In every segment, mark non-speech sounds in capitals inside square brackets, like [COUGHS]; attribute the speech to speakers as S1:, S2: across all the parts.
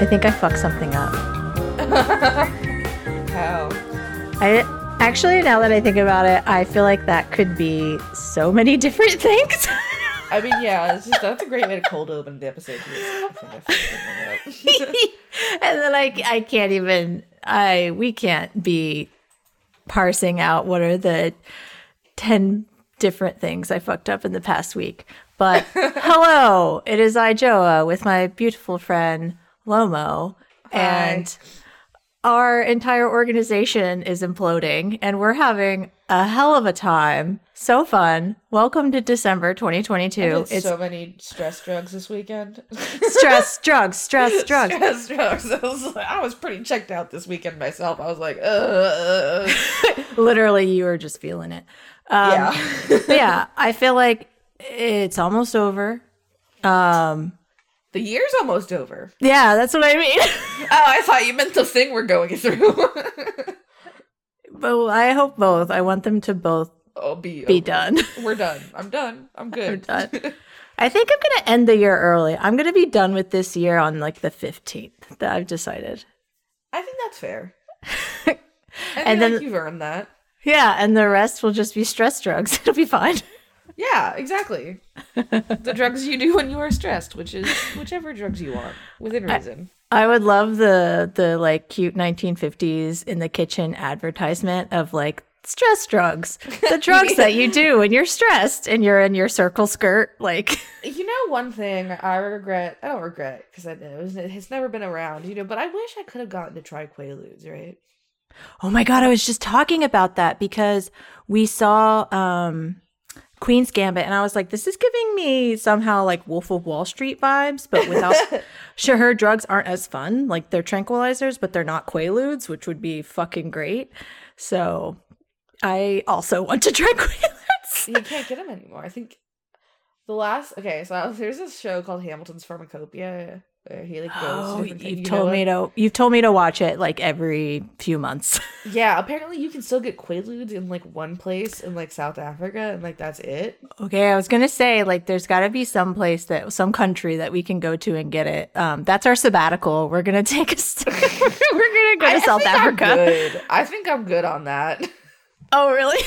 S1: I think I fucked something up.
S2: How?
S1: I actually, now that I think about it, I feel like that could be so many [LAUGHS] different things.
S2: I mean, yeah, it's just, that's a great way to cold open the episode. I think I fucked something up.
S1: and then I, I can't even I we can't be parsing out what are the 10 different things I fucked up in the past week. But hello, it is I Joa with my beautiful friend Lomo and our entire organization is imploding and we're having a hell of a time. So fun. Welcome to December 2022.
S2: I did
S1: it's
S2: so many stress drugs this weekend. [LAUGHS]
S1: stress, drugs, stress, drugs.
S2: stress drugs. I was, like, I was pretty checked out this weekend myself. I was like, uh,
S1: Literally, you were just feeling it. Um,
S2: yeah. [LAUGHS]
S1: But yeah, [LAUGHS] I feel like it's almost over.
S2: the year's almost over.
S1: Yeah, that's what I mean. [LAUGHS]
S2: Oh, I thought you meant the thing we're going through. [LAUGHS]
S1: but I hope both. I want them to both
S2: oh, be,
S1: be
S2: over.
S1: done.
S2: We're done. I'm done. I'm good.
S1: I'm done. [LAUGHS] I think I'm going to end the year early. I'm going to be done with this year on like the 15th that I've decided.
S2: I think
S1: [LAUGHS]
S2: that's fair. I
S1: And
S2: and
S1: then-
S2: then you've earned that.
S1: Yeah, and the rest will just be stress drugs. [LAUGHS] It'll be fine.
S2: Yeah, exactly. the drugs you do when you are stressed, which is whichever drugs you want, within reason.
S1: I would love the the like cute 1950s in the kitchen advertisement of like stress drugs, the [LAUGHS] drugs that you do when you're stressed and you're in your circle skirt. Like,
S2: you know, one thing I regret, I don't regret because I know it was, it's never been around, you know, but I wish I could have gotten to try Quaaludes, right?
S1: oh my god, I was just talking about that because we saw um Queen's Gambit and I was like, this is giving me somehow like Wolf of Wall Street vibes, but
S2: [LAUGHS]
S1: without sure her drugs aren't as fun. Like they're tranquilizers, but they're not quaaludes, which would be fucking great. So I also want to try quaaludes.
S2: You can't get them anymore. I think the last, okay, so [LAUGHS] I was- there's this show called Hamilton's Pharmacopoeia where he like goes
S1: Oh,
S2: to different
S1: you've
S2: you know
S1: told
S2: what?
S1: me to you've told me to watch it like every few months.
S2: Yeah, apparently you can still get Quaaludes in like one place in like South Africa, and like that's it.
S1: okay, I was gonna say like there's got to be some place that some country that we can go to and get it. Um, that's our sabbatical. We're gonna take a st- [LAUGHS] we're gonna go to South
S2: think I'm
S1: Africa. [LAUGHS]
S2: good. I think I'm good on that.
S1: Oh,
S2: [LAUGHS]
S1: really?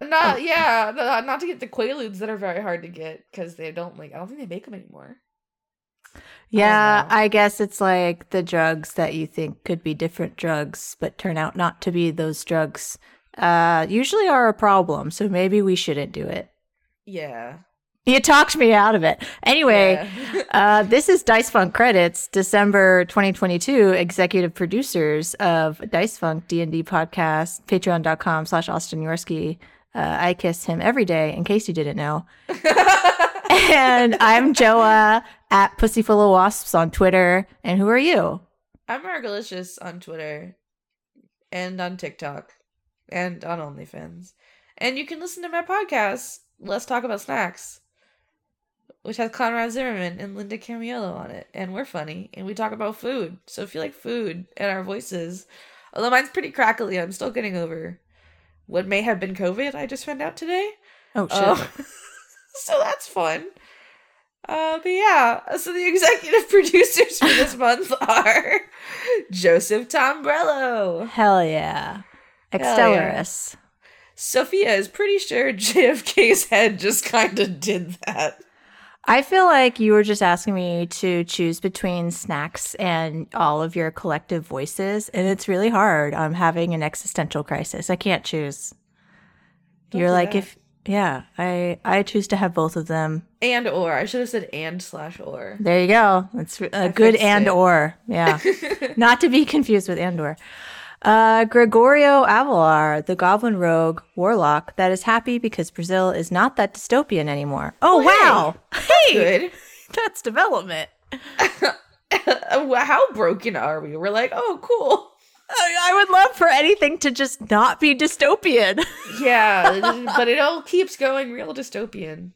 S2: Not yeah, not, not to get the Quaaludes that are very hard to get because they don't like. I don't think they make them anymore.
S1: yeah,
S2: know.
S1: I guess it's like the drugs that you think could be different drugs, but turn out not to be those drugs. Uh, usually are a problem, so maybe we shouldn't do it.
S2: Yeah.
S1: You talked me out of it. Anyway.
S2: Yeah.
S1: Uh, this is Dice Funk credits, December 2022. Executive producers of Dice Funk D and D podcast, Patreon.com slash Austin Yorsky. Uh, I kiss him every day, in case you didn't know. [LAUGHS]
S2: [LAUGHS]
S1: and I'm Joa at Pussy Full of Wasps on Twitter. And who are you?
S2: I'm Margalicious on Twitter, and on TikTok, and on OnlyFans, and you can listen to my podcast. Let's talk about snacks, which has Conrad Zimmerman and Linda Camiello on it, and we're funny, and we talk about food. So if you like food and our voices, although mine's pretty crackly, I'm still getting over what may have been COVID. I just found out today.
S1: Oh shit!
S2: Oh. [LAUGHS] so that's fun. Uh, but yeah, so the executive [LAUGHS] producers for this month are Joseph Tombrello.
S1: Oh, Hell yeah! Extellaris.
S2: Sophia is pretty sure [LAUGHS] JFK's head just kind of did that.
S1: I feel like you were just asking me to choose between snacks and all of your collective voices, and it's really hard. I'm having an existential crisis. I can't choose.
S2: Don't
S1: You're
S2: do
S1: like
S2: that.
S1: if yeah, I I choose to have both of them.
S2: And or. I should have said and slash or.
S1: There you go. That's a good
S2: fixed
S1: and
S2: it.
S1: or. Yeah.
S2: [LAUGHS]
S1: Not to be confused with and or. Uh, Gregorio Avalar, the goblin rogue warlock that is happy because Brazil is not that dystopian anymore. Oh, wow. [LAUGHS] Hey,
S2: Good.
S1: that's development.
S2: Uh, How broken are we? We're like, oh, cool.
S1: I, I would love for anything to just not be
S2: [LAUGHS]
S1: dystopian.
S2: Yeah, but it all keeps going real dystopian.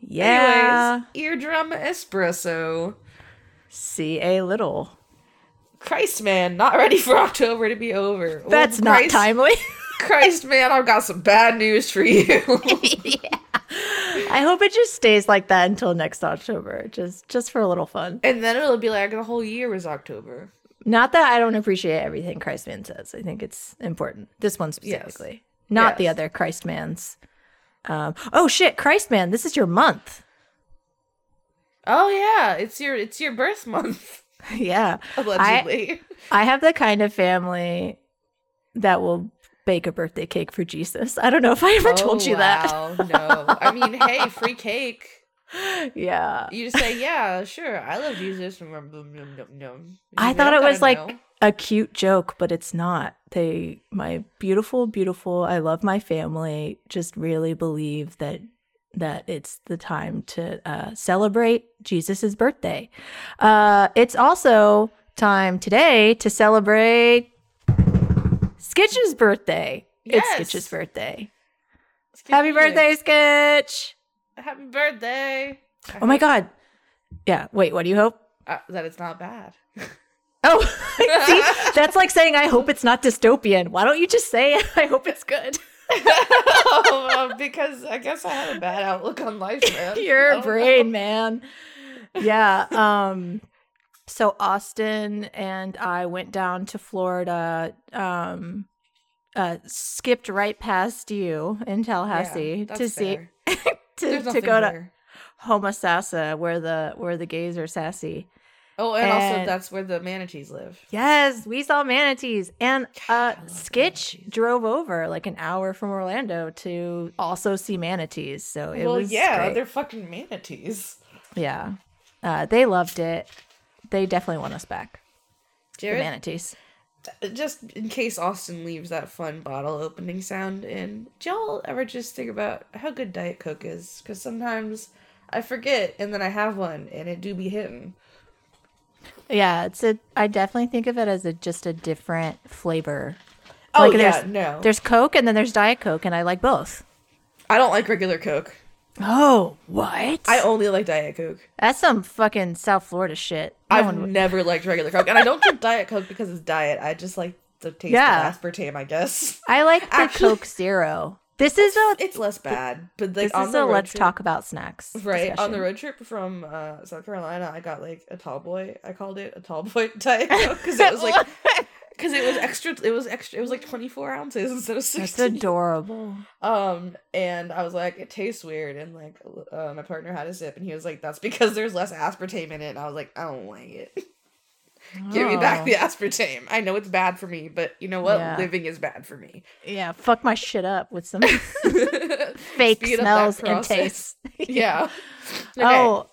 S1: Yeah.
S2: Anyways, eardrum espresso.
S1: See a little.
S2: Christ, man, not ready for [LAUGHS] October to be over. Well,
S1: That's not
S2: [LAUGHS] Christ-
S1: timely. [LAUGHS]
S2: Christ, man, I've got some bad news for you.
S1: I hope it just stays like that until next October, just just for a little fun.
S2: And then it'll be like the whole year was October.
S1: Not that I don't appreciate everything Christman says. I think it's important. This one specifically, not the
S2: Yes.
S1: other Christman's. Um, oh shit, Christman, this is your month.
S2: [LAUGHS] Oh yeah, it's your it's your birth month [LAUGHS]
S1: yeah,
S2: allegedly.
S1: I have the kind of family that will bake a birthday cake for Jesus. I don't know if I ever told
S2: Oh,
S1: you
S2: wow, no, I mean, hey, free cake. Oh,
S1: that. [LAUGHS] yeah.
S2: You just say, yeah, sure, I love Jesus. Nom, nom, nom, nom, nom.
S1: I
S2: You
S1: thought
S2: don't
S1: it was
S2: gotta
S1: like-
S2: know.
S1: a cute joke, but it's not. They, my beautiful, beautiful, I love my family, just really believe that that it's the time to uh, celebrate Jesus's birthday. Uh, it's also time today to celebrate Skitch's birthday. It's
S2: Yes.
S1: Skitch's birthday.
S2: Let's get
S1: Happy
S2: into it.
S1: birthday, Skitch!
S2: Happy birthday! I
S1: Oh my
S2: hope-
S1: God. Yeah. Wait, what do you hope? [LAUGHS]
S2: uh, that it's not bad.
S1: Oh, see, that's like saying, I hope it's not dystopian. Why don't you just say, I hope it's good?
S2: [LAUGHS] Um, because I guess I had a bad outlook on life,
S1: [LAUGHS]
S2: man. Oh, I
S1: Your
S2: don't
S1: brain,
S2: know.
S1: man. Yeah. Um, so Austin and I went down to Florida, um, uh, skipped right past you in
S2: Yeah,
S1: Tallahassee to
S2: that's
S1: see
S2: fair.
S1: [LAUGHS] to,
S2: There's
S1: to
S2: nothing
S1: go to
S2: here.
S1: Homosassa where the where the gays are sassy.
S2: Oh, and, also
S1: and-
S2: that's where the manatees live.
S1: Yes, we saw manatees. And uh
S2: I love
S1: Skitch
S2: manatees.
S1: drove over like an hour from Orlando to also see manatees. So it
S2: well,
S1: was
S2: yeah,
S1: great.
S2: they're fucking manatees.
S1: yeah. Uh, they loved it. They definitely want us back. The
S2: Jared,
S1: manatees.
S2: t- just in case Austin leaves that fun bottle opening sound in, do y'all ever just think about how good Diet Coke is? Because sometimes I forget and then I have one and it do be hitting.
S1: Yeah, it's a I definitely think of it as a just a different flavor.
S2: Oh,
S1: Like,
S2: yeah,
S1: there's-
S2: no.
S1: There's Coke and then there's Diet Coke and I like both.
S2: I don't like regular Coke.
S1: Oh, what?
S2: I only like Diet Coke.
S1: That's some fucking South Florida shit. No
S2: I've
S1: one would-
S2: never liked regular Coke, and I
S1: [LAUGHS]
S2: don't drink Diet Coke because it's diet. I just like the taste
S1: Yeah.
S2: of aspartame, I guess. [LAUGHS]
S1: I like the
S2: Actually-
S1: Coke Zero. This is a
S2: It's less bad, but like
S1: this
S2: on
S1: is
S2: the
S1: a
S2: road
S1: let's
S2: trip,
S1: talk about snacks.
S2: right on the
S1: discussion.
S2: road trip from uh, South Carolina. I got like a tall boy. I called it a tall boy [LAUGHS] Diet Coke
S1: [LAUGHS]
S2: because it was like because it was extra. It was extra. It was like twenty four ounces instead of
S1: That's
S2: sixteen. [LAUGHS]
S1: adorable.
S2: um, and I was like, it tastes weird, and like uh, my partner had a sip, and he was like, that's because there's less aspartame in it. And I was like, I don't like it. [LAUGHS] Give me back
S1: Oh.
S2: the aspartame. I know it's bad for me, but you know what?
S1: Yeah.
S2: Living is bad
S1: [LAUGHS]
S2: for me. [LAUGHS]
S1: Yeah, fuck my shit up with some fake
S2: Speed up that
S1: smells and
S2: process.
S1: tastes.
S2: Yeah.
S1: Oh,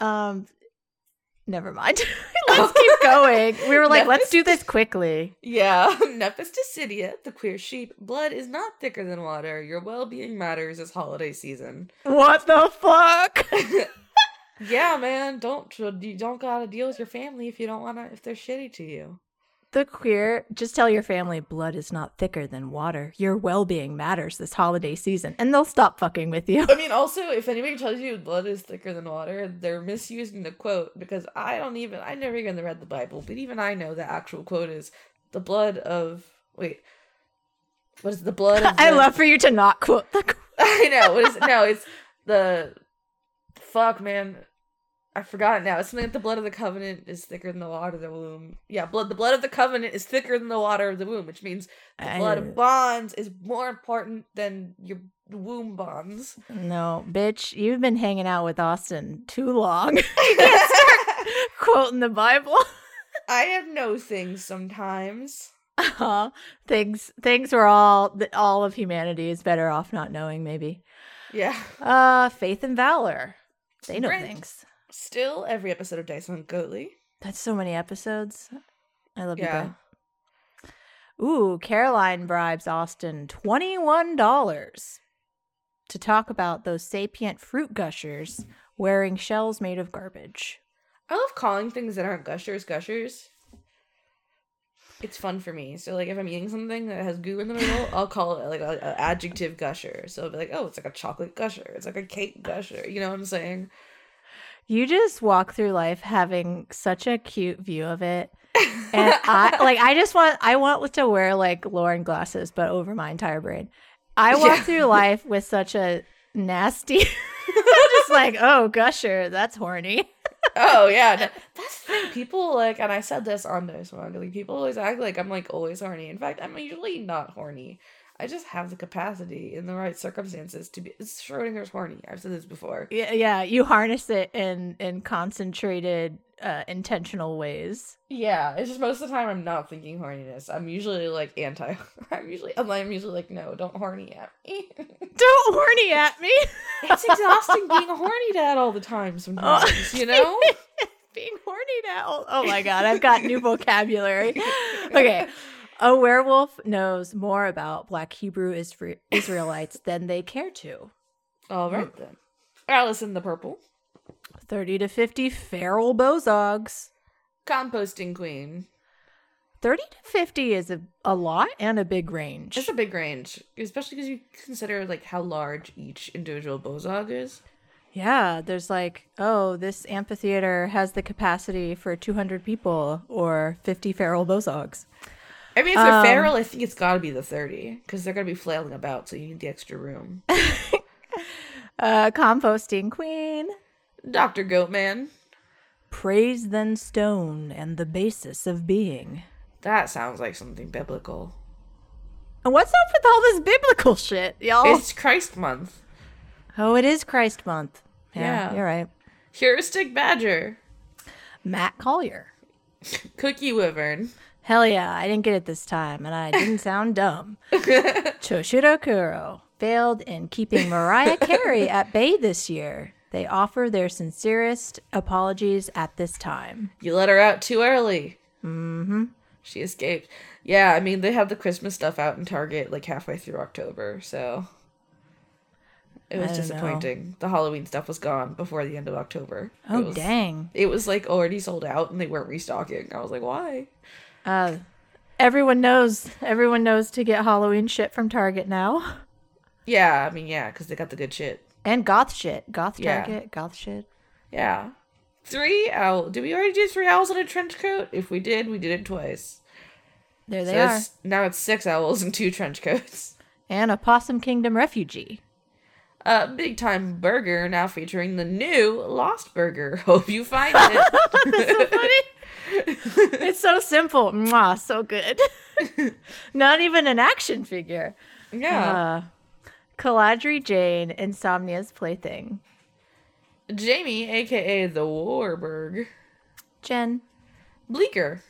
S1: um, never mind. [LAUGHS] let's keep going. We were like, let's do this quickly.
S2: Yeah. [LAUGHS] Nephis decidia, the queer sheep. Blood is not thicker than water. Your well being matters this holiday season.
S1: What the fuck?
S2: Yeah, man. Don't you don't gotta deal with your family if you don't wanna if they're shitty to you.
S1: The queer, just tell your family blood is not thicker than water. Your well being matters this holiday season, and they'll stop fucking with you. [LAUGHS]
S2: I mean, also, if anybody tells you blood is thicker than water, they're misusing the quote because I don't even, I never even read the Bible, but even I know the actual quote is the blood of, wait, what is it? the blood of.
S1: [LAUGHS] I
S2: the-
S1: love for you to not quote the.
S2: [LAUGHS] I know, what is it? No, it's the. Fuck, man. I forgot it now. It's something like the blood of the covenant is thicker than the water of the womb. Yeah, blood. The blood of the covenant is thicker than the water of the womb, which means the
S1: I-
S2: blood of bonds is more important than your
S1: [LAUGHS]
S2: womb bonds.
S1: No, bitch, you've been hanging out with Austin too long. [LAUGHS] Can't start quoting the Bible.
S2: I have no things sometimes.
S1: Aw, Uh-huh. things things were all that all of humanity is better off not knowing maybe.
S2: Yeah.
S1: Uh faith and valor. They know
S2: Right.
S1: things.
S2: Still, every episode of Dice on Goatly.
S1: That's so many episodes. I love
S2: Yeah.
S1: you, Brad. Ooh, Caroline bribes Austin $21 to talk about those sapient fruit gushers wearing shells made of garbage.
S2: I love calling things that aren't gushers gushers. It's fun for me. So, like, if I'm eating something that has goo in
S1: [LAUGHS]
S2: the middle, I'll call it like an adjective gusher. So, I'll be like, oh, it's like a chocolate gusher. It's like a cake gusher. You know what I'm saying?
S1: You just walk through life having such a cute view of it. And I like I just want I want to wear like Lauren glasses, but over my entire brain. I walk
S2: Yeah.
S1: through life with such a nasty. [LAUGHS] I'm just like, oh, gusher, that's horny.
S2: Oh yeah, no. [LAUGHS] that's the thing. People like, and I said this on No Smog. Like people always act like I'm like always horny. In fact, I'm usually not horny. I just have the capacity in the right circumstances to be. It's Schrodinger's horny. I've said this before.
S1: Yeah, yeah, you harness it in in concentrated, uh, intentional ways. [LAUGHS]
S2: Yeah, it's just most of the time I'm not thinking horniness. I'm usually like anti. [LAUGHS] I'm usually I'm, I'm usually like no, don't horny at me. [LAUGHS]
S1: Don't horny at me. [LAUGHS]
S2: it's exhausting being a horny dad all the time. Sometimes you [LAUGHS] know.
S1: Being horny now. Oh, oh my god, I've got new vocabulary. Okay. [LAUGHS] A werewolf knows more about black Hebrew Isra- Israelites than they care to.
S2: [LAUGHS] All right then. Alice in the Purple,
S1: 30 to 50 feral bozogs.
S2: composting queen.
S1: 30 to 50 is a, a lot and a big range.
S2: It's a big range, especially because you consider like how large each individual bozog is.
S1: Yeah, there's like, oh, this amphitheater has the capacity for 200 people or 50 feral bozogs.
S2: I mean, if they're
S1: Um,
S2: feral, I think it's got to be the thirty because they're gonna be flailing about, so you need the extra room. [LAUGHS]
S1: Uh, composting queen.
S2: Doctor Goatman.
S1: Praise then stone and the basis of being.
S2: That sounds like something biblical.
S1: And what's up with all this biblical shit, y'all?
S2: It's Christ month.
S1: oh, it is Christ month.
S2: Yeah.
S1: yeah. you're right.
S2: Heuristic badger.
S1: Matt Collier.
S2: Cookie wyvern.
S1: Hell yeah, I didn't get it this time, and I didn't sound [LAUGHS] dumb. Choshiro Kuro failed in keeping [LAUGHS] Mariah Carey at bay this year. They offer their sincerest apologies at this time.
S2: You let her out too early. Mm-hmm. She escaped. Yeah, I mean they have the Christmas stuff out in Target like halfway through October, so it was
S1: I don't know.
S2: disappointing. The Halloween stuff was gone before the end of October.
S1: Oh,
S2: it was,
S1: dang.
S2: It was like already sold out and they weren't restocking. I was like, why?
S1: Uh, everyone knows. Everyone knows to get Halloween shit from Target now.
S2: Yeah, I mean, yeah, because they got the good shit.
S1: And goth shit. Goth
S2: Yeah.
S1: Target, goth shit.
S2: Yeah. Three owl. Did we already do three owls in a trench coat? If we did, we did it twice.
S1: There
S2: So
S1: they are.
S2: it's, now it's six owls and two trench coats.
S1: And a Possum Kingdom refugee.
S2: Uh, Big Time Burger now featuring the new Lost Burger. [LAUGHS] Hope you find
S1: [LAUGHS]
S2: it.
S1: It's so simple. Mwah, so
S2: [LAUGHS]
S1: good. Not even an action figure.
S2: yeah.
S1: Uh, Caladri Jane, Insomnia's plaything.
S2: Jamie, aka the Warburg.
S1: Jen.
S2: Bleaker.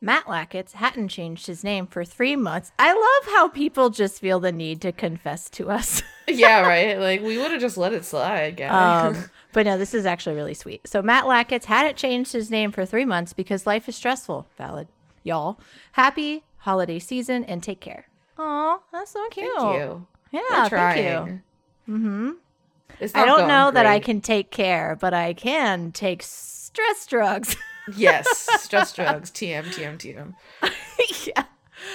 S1: Matt Lackett's hadn't changed his name for three months. I love how people just feel the need to confess to us.
S2: [LAUGHS] Yeah, right? like, we would have just let it slide, guy.
S1: Um, but no, this is actually really sweet. So Matt Lackett's hadn't changed his name for three months because life is stressful. Valid, y'all. Happy holiday season and take care. Aw, that's so cute.
S2: [LAUGHS] thank you.
S1: Yeah, thank you.
S2: Mm-hmm. It's
S1: I
S2: not
S1: don't
S2: going
S1: know that I
S2: great.
S1: can take care, but I can take stress drugs. [LAUGHS]
S2: yes, stress drugs. TM, TM, TM.
S1: yeah.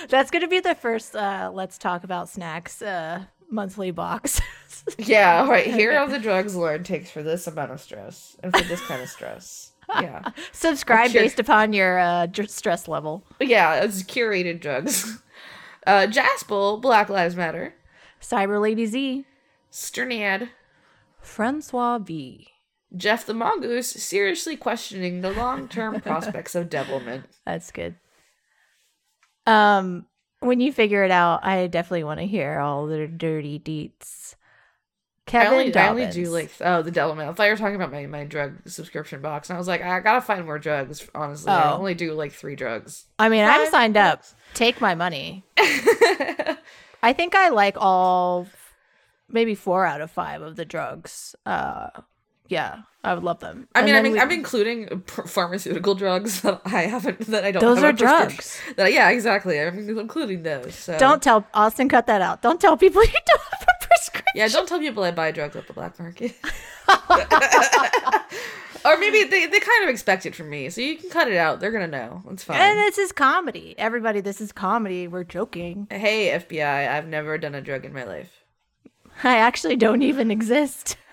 S1: That's going to be the first uh, Let's Talk About Snacks uh, monthly box. [LAUGHS]
S2: Yeah, right. Here are the drugs Lauren takes for this amount of stress and for this kind of stress. Yeah.
S1: [LAUGHS] Subscribe
S2: What's your-
S1: based upon your uh, dr- stress level.
S2: Yeah, it's curated drugs. [LAUGHS] Uh, Jaspel, Black Lives Matter.
S1: Cyber Lady Z,
S2: Sterniad,
S1: Francois V.
S2: Jeff the Mongoose seriously questioning the
S1: [LAUGHS]
S2: long term prospects of devilment.
S1: That's good. Um, when you figure it out, I definitely want to hear all the dirty deets.
S2: I
S1: Kevin
S2: only, I only
S1: Dobbins.
S2: do like oh the devilment. I thought you were talking about my, my drug subscription box, and I was like, I gotta find more drugs. Honestly, I
S1: Oh.
S2: only do like three drugs.
S1: I mean, I'm
S2: Five
S1: signed up. Take my
S2: [LAUGHS]
S1: money. I think I like all maybe four out of five of the drugs. Uh, yeah, I would love them.
S2: I
S1: And
S2: mean, I
S1: then
S2: mean,
S1: we-
S2: I'm including ph- pharmaceutical drugs [LAUGHS] that I haven't that I don't.
S1: those
S2: have a
S1: are
S2: prescription-
S1: drugs.
S2: That, yeah, exactly. I'm including those. So.
S1: Don't tell Austin. Cut that out. Don't tell people [LAUGHS] you don't have a prescription.
S2: Yeah, don't tell people I buy drugs at the black
S1: [LAUGHS]
S2: market. [LAUGHS] or maybe they, they kind of expect it from me, so you can cut it out. They're gonna know. It's fine.
S1: And this is comedy. Everybody, this is comedy. We're joking.
S2: hey FBI, I've never done a drug in my life.
S1: I actually don't even exist. [LAUGHS]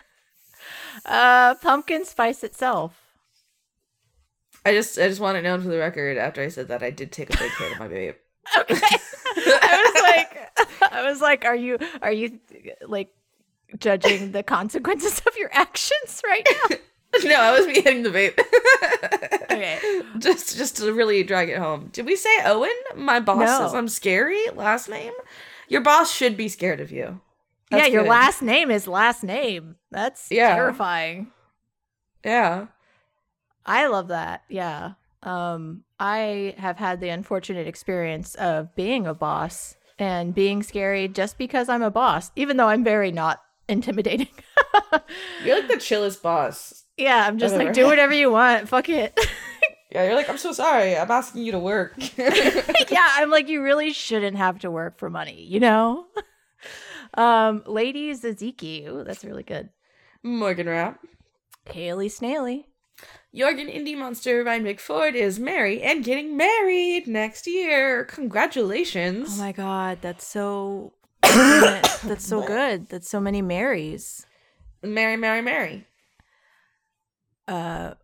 S1: Uh, pumpkin spice itself.
S2: I just I just want it known for the record. After I said that, I did take a big hit of my vape. [LAUGHS]
S1: Okay. I was like, I was like, are you, are you like judging the consequences of your actions right
S2: [LAUGHS]
S1: now.
S2: no, I was me hitting the vape. [LAUGHS]
S1: Okay.
S2: Just just to really drag it home. Did we say Owen? My boss
S1: No.
S2: says I'm scary. Last name? Your boss should be scared of you. That's
S1: yeah, your
S2: good.
S1: last name is last name. That's
S2: Yeah.
S1: terrifying.
S2: Yeah.
S1: I love that. Yeah. Um, I have had the unfortunate experience of being a boss and being scary just because I'm a boss, even though I'm very not intimidating. [LAUGHS]
S2: You're like the chillest boss.
S1: yeah, I'm just like,
S2: Whatever.
S1: do whatever you want. Fuck
S2: [LAUGHS]
S1: it.
S2: Yeah, you're like, I'm so sorry. I'm asking you to work.
S1: [LAUGHS]
S2: [LAUGHS]
S1: yeah, I'm like, you really shouldn't have to work for money, you know? [LAUGHS] Um, Lady Zaziki. Ooh, that's really good.
S2: Morgan Rap.
S1: Kaylee Snaily.
S2: Jorgen Indie Monster Ryan McFord is married and getting married next year. Congratulations.
S1: Oh my god, that's [COUGHS] so that's so good. That's so many Marys.
S2: Mary, Mary, Mary.
S1: uh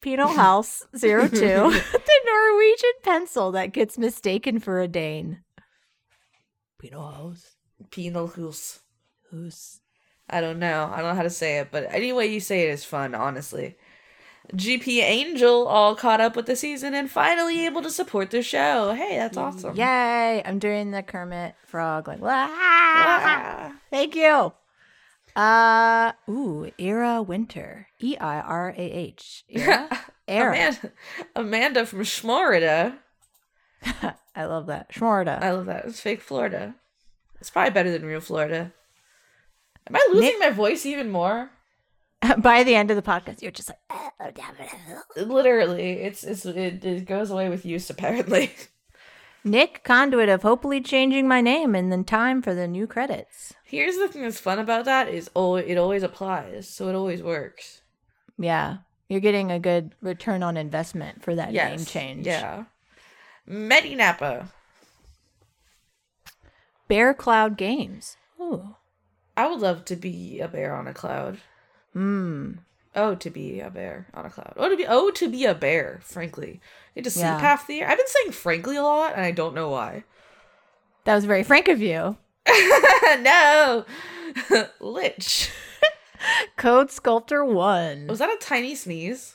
S1: penal house 02 [LAUGHS] the norwegian pencil that gets mistaken for a dane penal house
S2: Penal House.
S1: who's
S2: I don't know. I don't know how to say it, but any way you say it is fun, honestly. GP Angel all caught up with the season and finally able to support the show. Hey, that's awesome.
S1: yay i'm doing the kermit frog like [LAUGHS]
S2: Ah.
S1: thank you uh ooh era winter E e-i-r-a-h era era
S2: Amanda, Amanda from Schmorida.
S1: i love that shmorda [LAUGHS]
S2: I love that. It's fake Florida. It's probably better than real Florida. Am I losing my voice even more?
S1: by the end of the podcast you're just like "Oh,
S2: Literally, it's it's it, it goes away with use apparently. [LAUGHS]
S1: nick conduit of hopefully changing my name and then time for the new credits
S2: Here's the thing that's fun about that is oh, it always applies, so it always works.
S1: Yeah. You're getting a good return on investment for that
S2: Yes.
S1: name change.
S2: Yeah. Medi Napa.
S1: Bear Cloud Games. Ooh.
S2: I would love to be a bear on a cloud.
S1: Hmm.
S2: Oh, to be a bear on a cloud. Oh, to be oh to be a bear. Frankly, I get to sleep
S1: Yeah.
S2: half the year. I've been saying frankly a lot, and I don't know why. [LAUGHS]
S1: That was very frank of you.
S2: no, [LAUGHS] lich.
S1: Code Sculptor 1.
S2: Was that a tiny sneeze?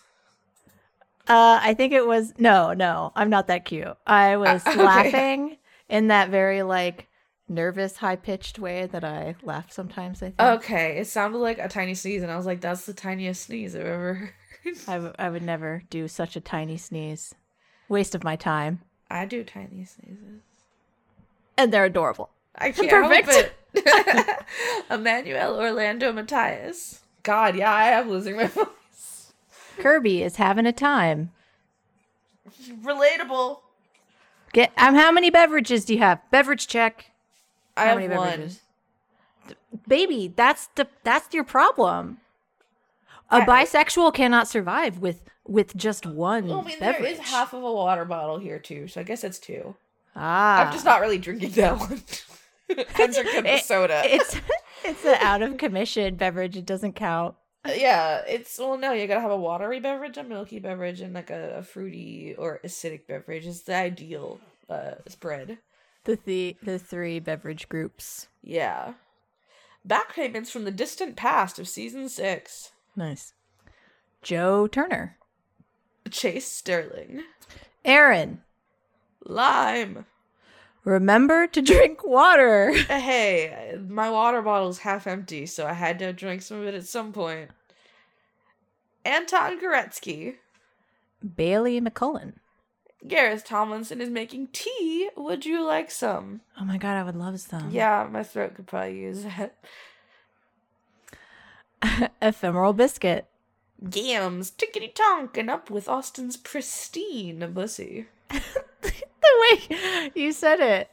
S1: Uh, I think it was. No, no, I'm not that cute. I was
S2: Uh, [LAUGHS] okay.
S1: laughing in that very, like, nervous, high pitched way that I laugh sometimes, I think.
S2: Okay, it sounded like a tiny sneeze, and I was like, "That's the tiniest sneeze I've ever." [LAUGHS] heard."
S1: I, w- I would never do such a tiny sneeze. Waste of my time.
S2: I do tiny sneezes.
S1: And they're adorable.
S2: I can't help
S1: Perfect.
S2: it. Emmanuel Orlando Matthias. God, yeah, I am losing my [LAUGHS] voice.
S1: Kirby is having a time.
S2: Relatable.
S1: Get um, how many beverages do you have? Beverage check.
S2: I
S1: How
S2: have
S1: many
S2: one.
S1: beverages? Baby, that's the that's your problem. A
S2: I-
S1: bisexual cannot survive with with just one
S2: Well, I mean,
S1: beverage.
S2: there is half of a water bottle here too, so I guess that's two.
S1: ah,
S2: I'm just not really drinking that one. [LAUGHS] I'm drinking the
S1: It-
S2: soda.
S1: it's [LAUGHS] it's an out of commission beverage. It doesn't count.
S2: Uh, yeah, it's well, no, you gotta have a watery beverage, a milky beverage, and like a, a fruity or acidic beverage is the ideal uh, spread.
S1: The the the three beverage groups.
S2: Yeah. Back payments from the distant past of season six.
S1: Nice. Joe Turner,
S2: Chase Sterling.
S1: Aaron,
S2: Lime.
S1: remember to drink water. [LAUGHS]
S2: Hey, my water bottle's half empty, so I had to drink some of it at some point. Anton Goretzky.
S1: Bailey McCullen.
S2: Gareth Tomlinson is making tea. Would you like some?
S1: Oh my god, I would love some.
S2: Yeah, my throat could probably use that.
S1: Ephemeral biscuit. [LAUGHS]
S2: Gams, tickety tonk, and up with Austin's pristine bussy.
S1: the way you said it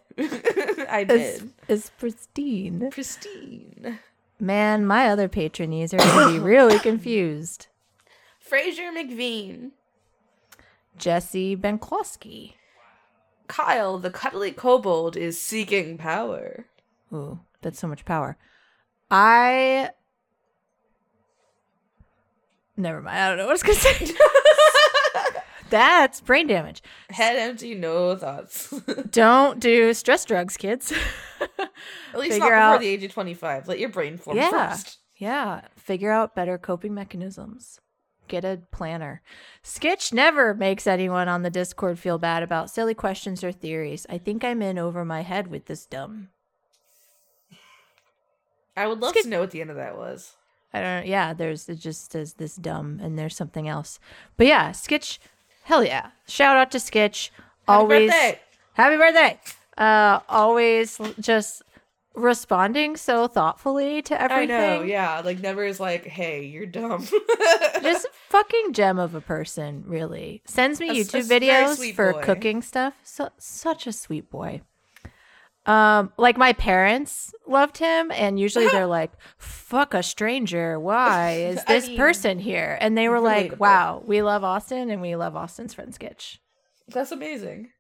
S2: [LAUGHS] I
S1: is,
S2: did.
S1: is pristine.
S2: Pristine.
S1: Man, my other patronies are going to be [COUGHS] really confused.
S2: Fraser McVean.
S1: Jesse Benklowski.
S2: Kyle, the cuddly kobold, is seeking power.
S1: Ooh, that's so much power. I. Never mind. I don't know what I was going to say. [LAUGHS] That's brain damage.
S2: Head empty, no thoughts. [LAUGHS]
S1: Don't do stress drugs, kids. [LAUGHS]
S2: At least
S1: Figure
S2: not before
S1: out-
S2: the age of 25. Let your brain form
S1: Yeah.
S2: first.
S1: yeah, figure out better coping mechanisms. Get a planner. Skitch never makes anyone on the Discord feel bad about silly questions or theories. I think I'm in over my head with this dumb.
S2: I would love
S1: Skip-
S2: to know what the end of that was.
S1: I don't. Yeah, there's it just says this dumb, and there's something else. But yeah, Skitch, hell yeah! Shout out to Skitch.
S2: Happy
S1: always
S2: birthday!
S1: happy birthday. Uh, always l- just responding so thoughtfully to everything.
S2: I know, yeah. Like never is like, hey, you're dumb. [LAUGHS]
S1: Just fucking gem of a person, really. Sends me
S2: A s- a
S1: YouTube
S2: s- very
S1: videos
S2: sweet
S1: for
S2: boy.
S1: cooking stuff. So such a sweet boy. Um, like my parents loved him, and usually
S2: [LAUGHS]
S1: they're like, "Fuck a stranger! Why is
S2: I
S1: this
S2: mean,
S1: person here?" And they were like,
S2: relatable.
S1: "Wow, we love Austin, and we love Austin's friend sketch."
S2: That's amazing.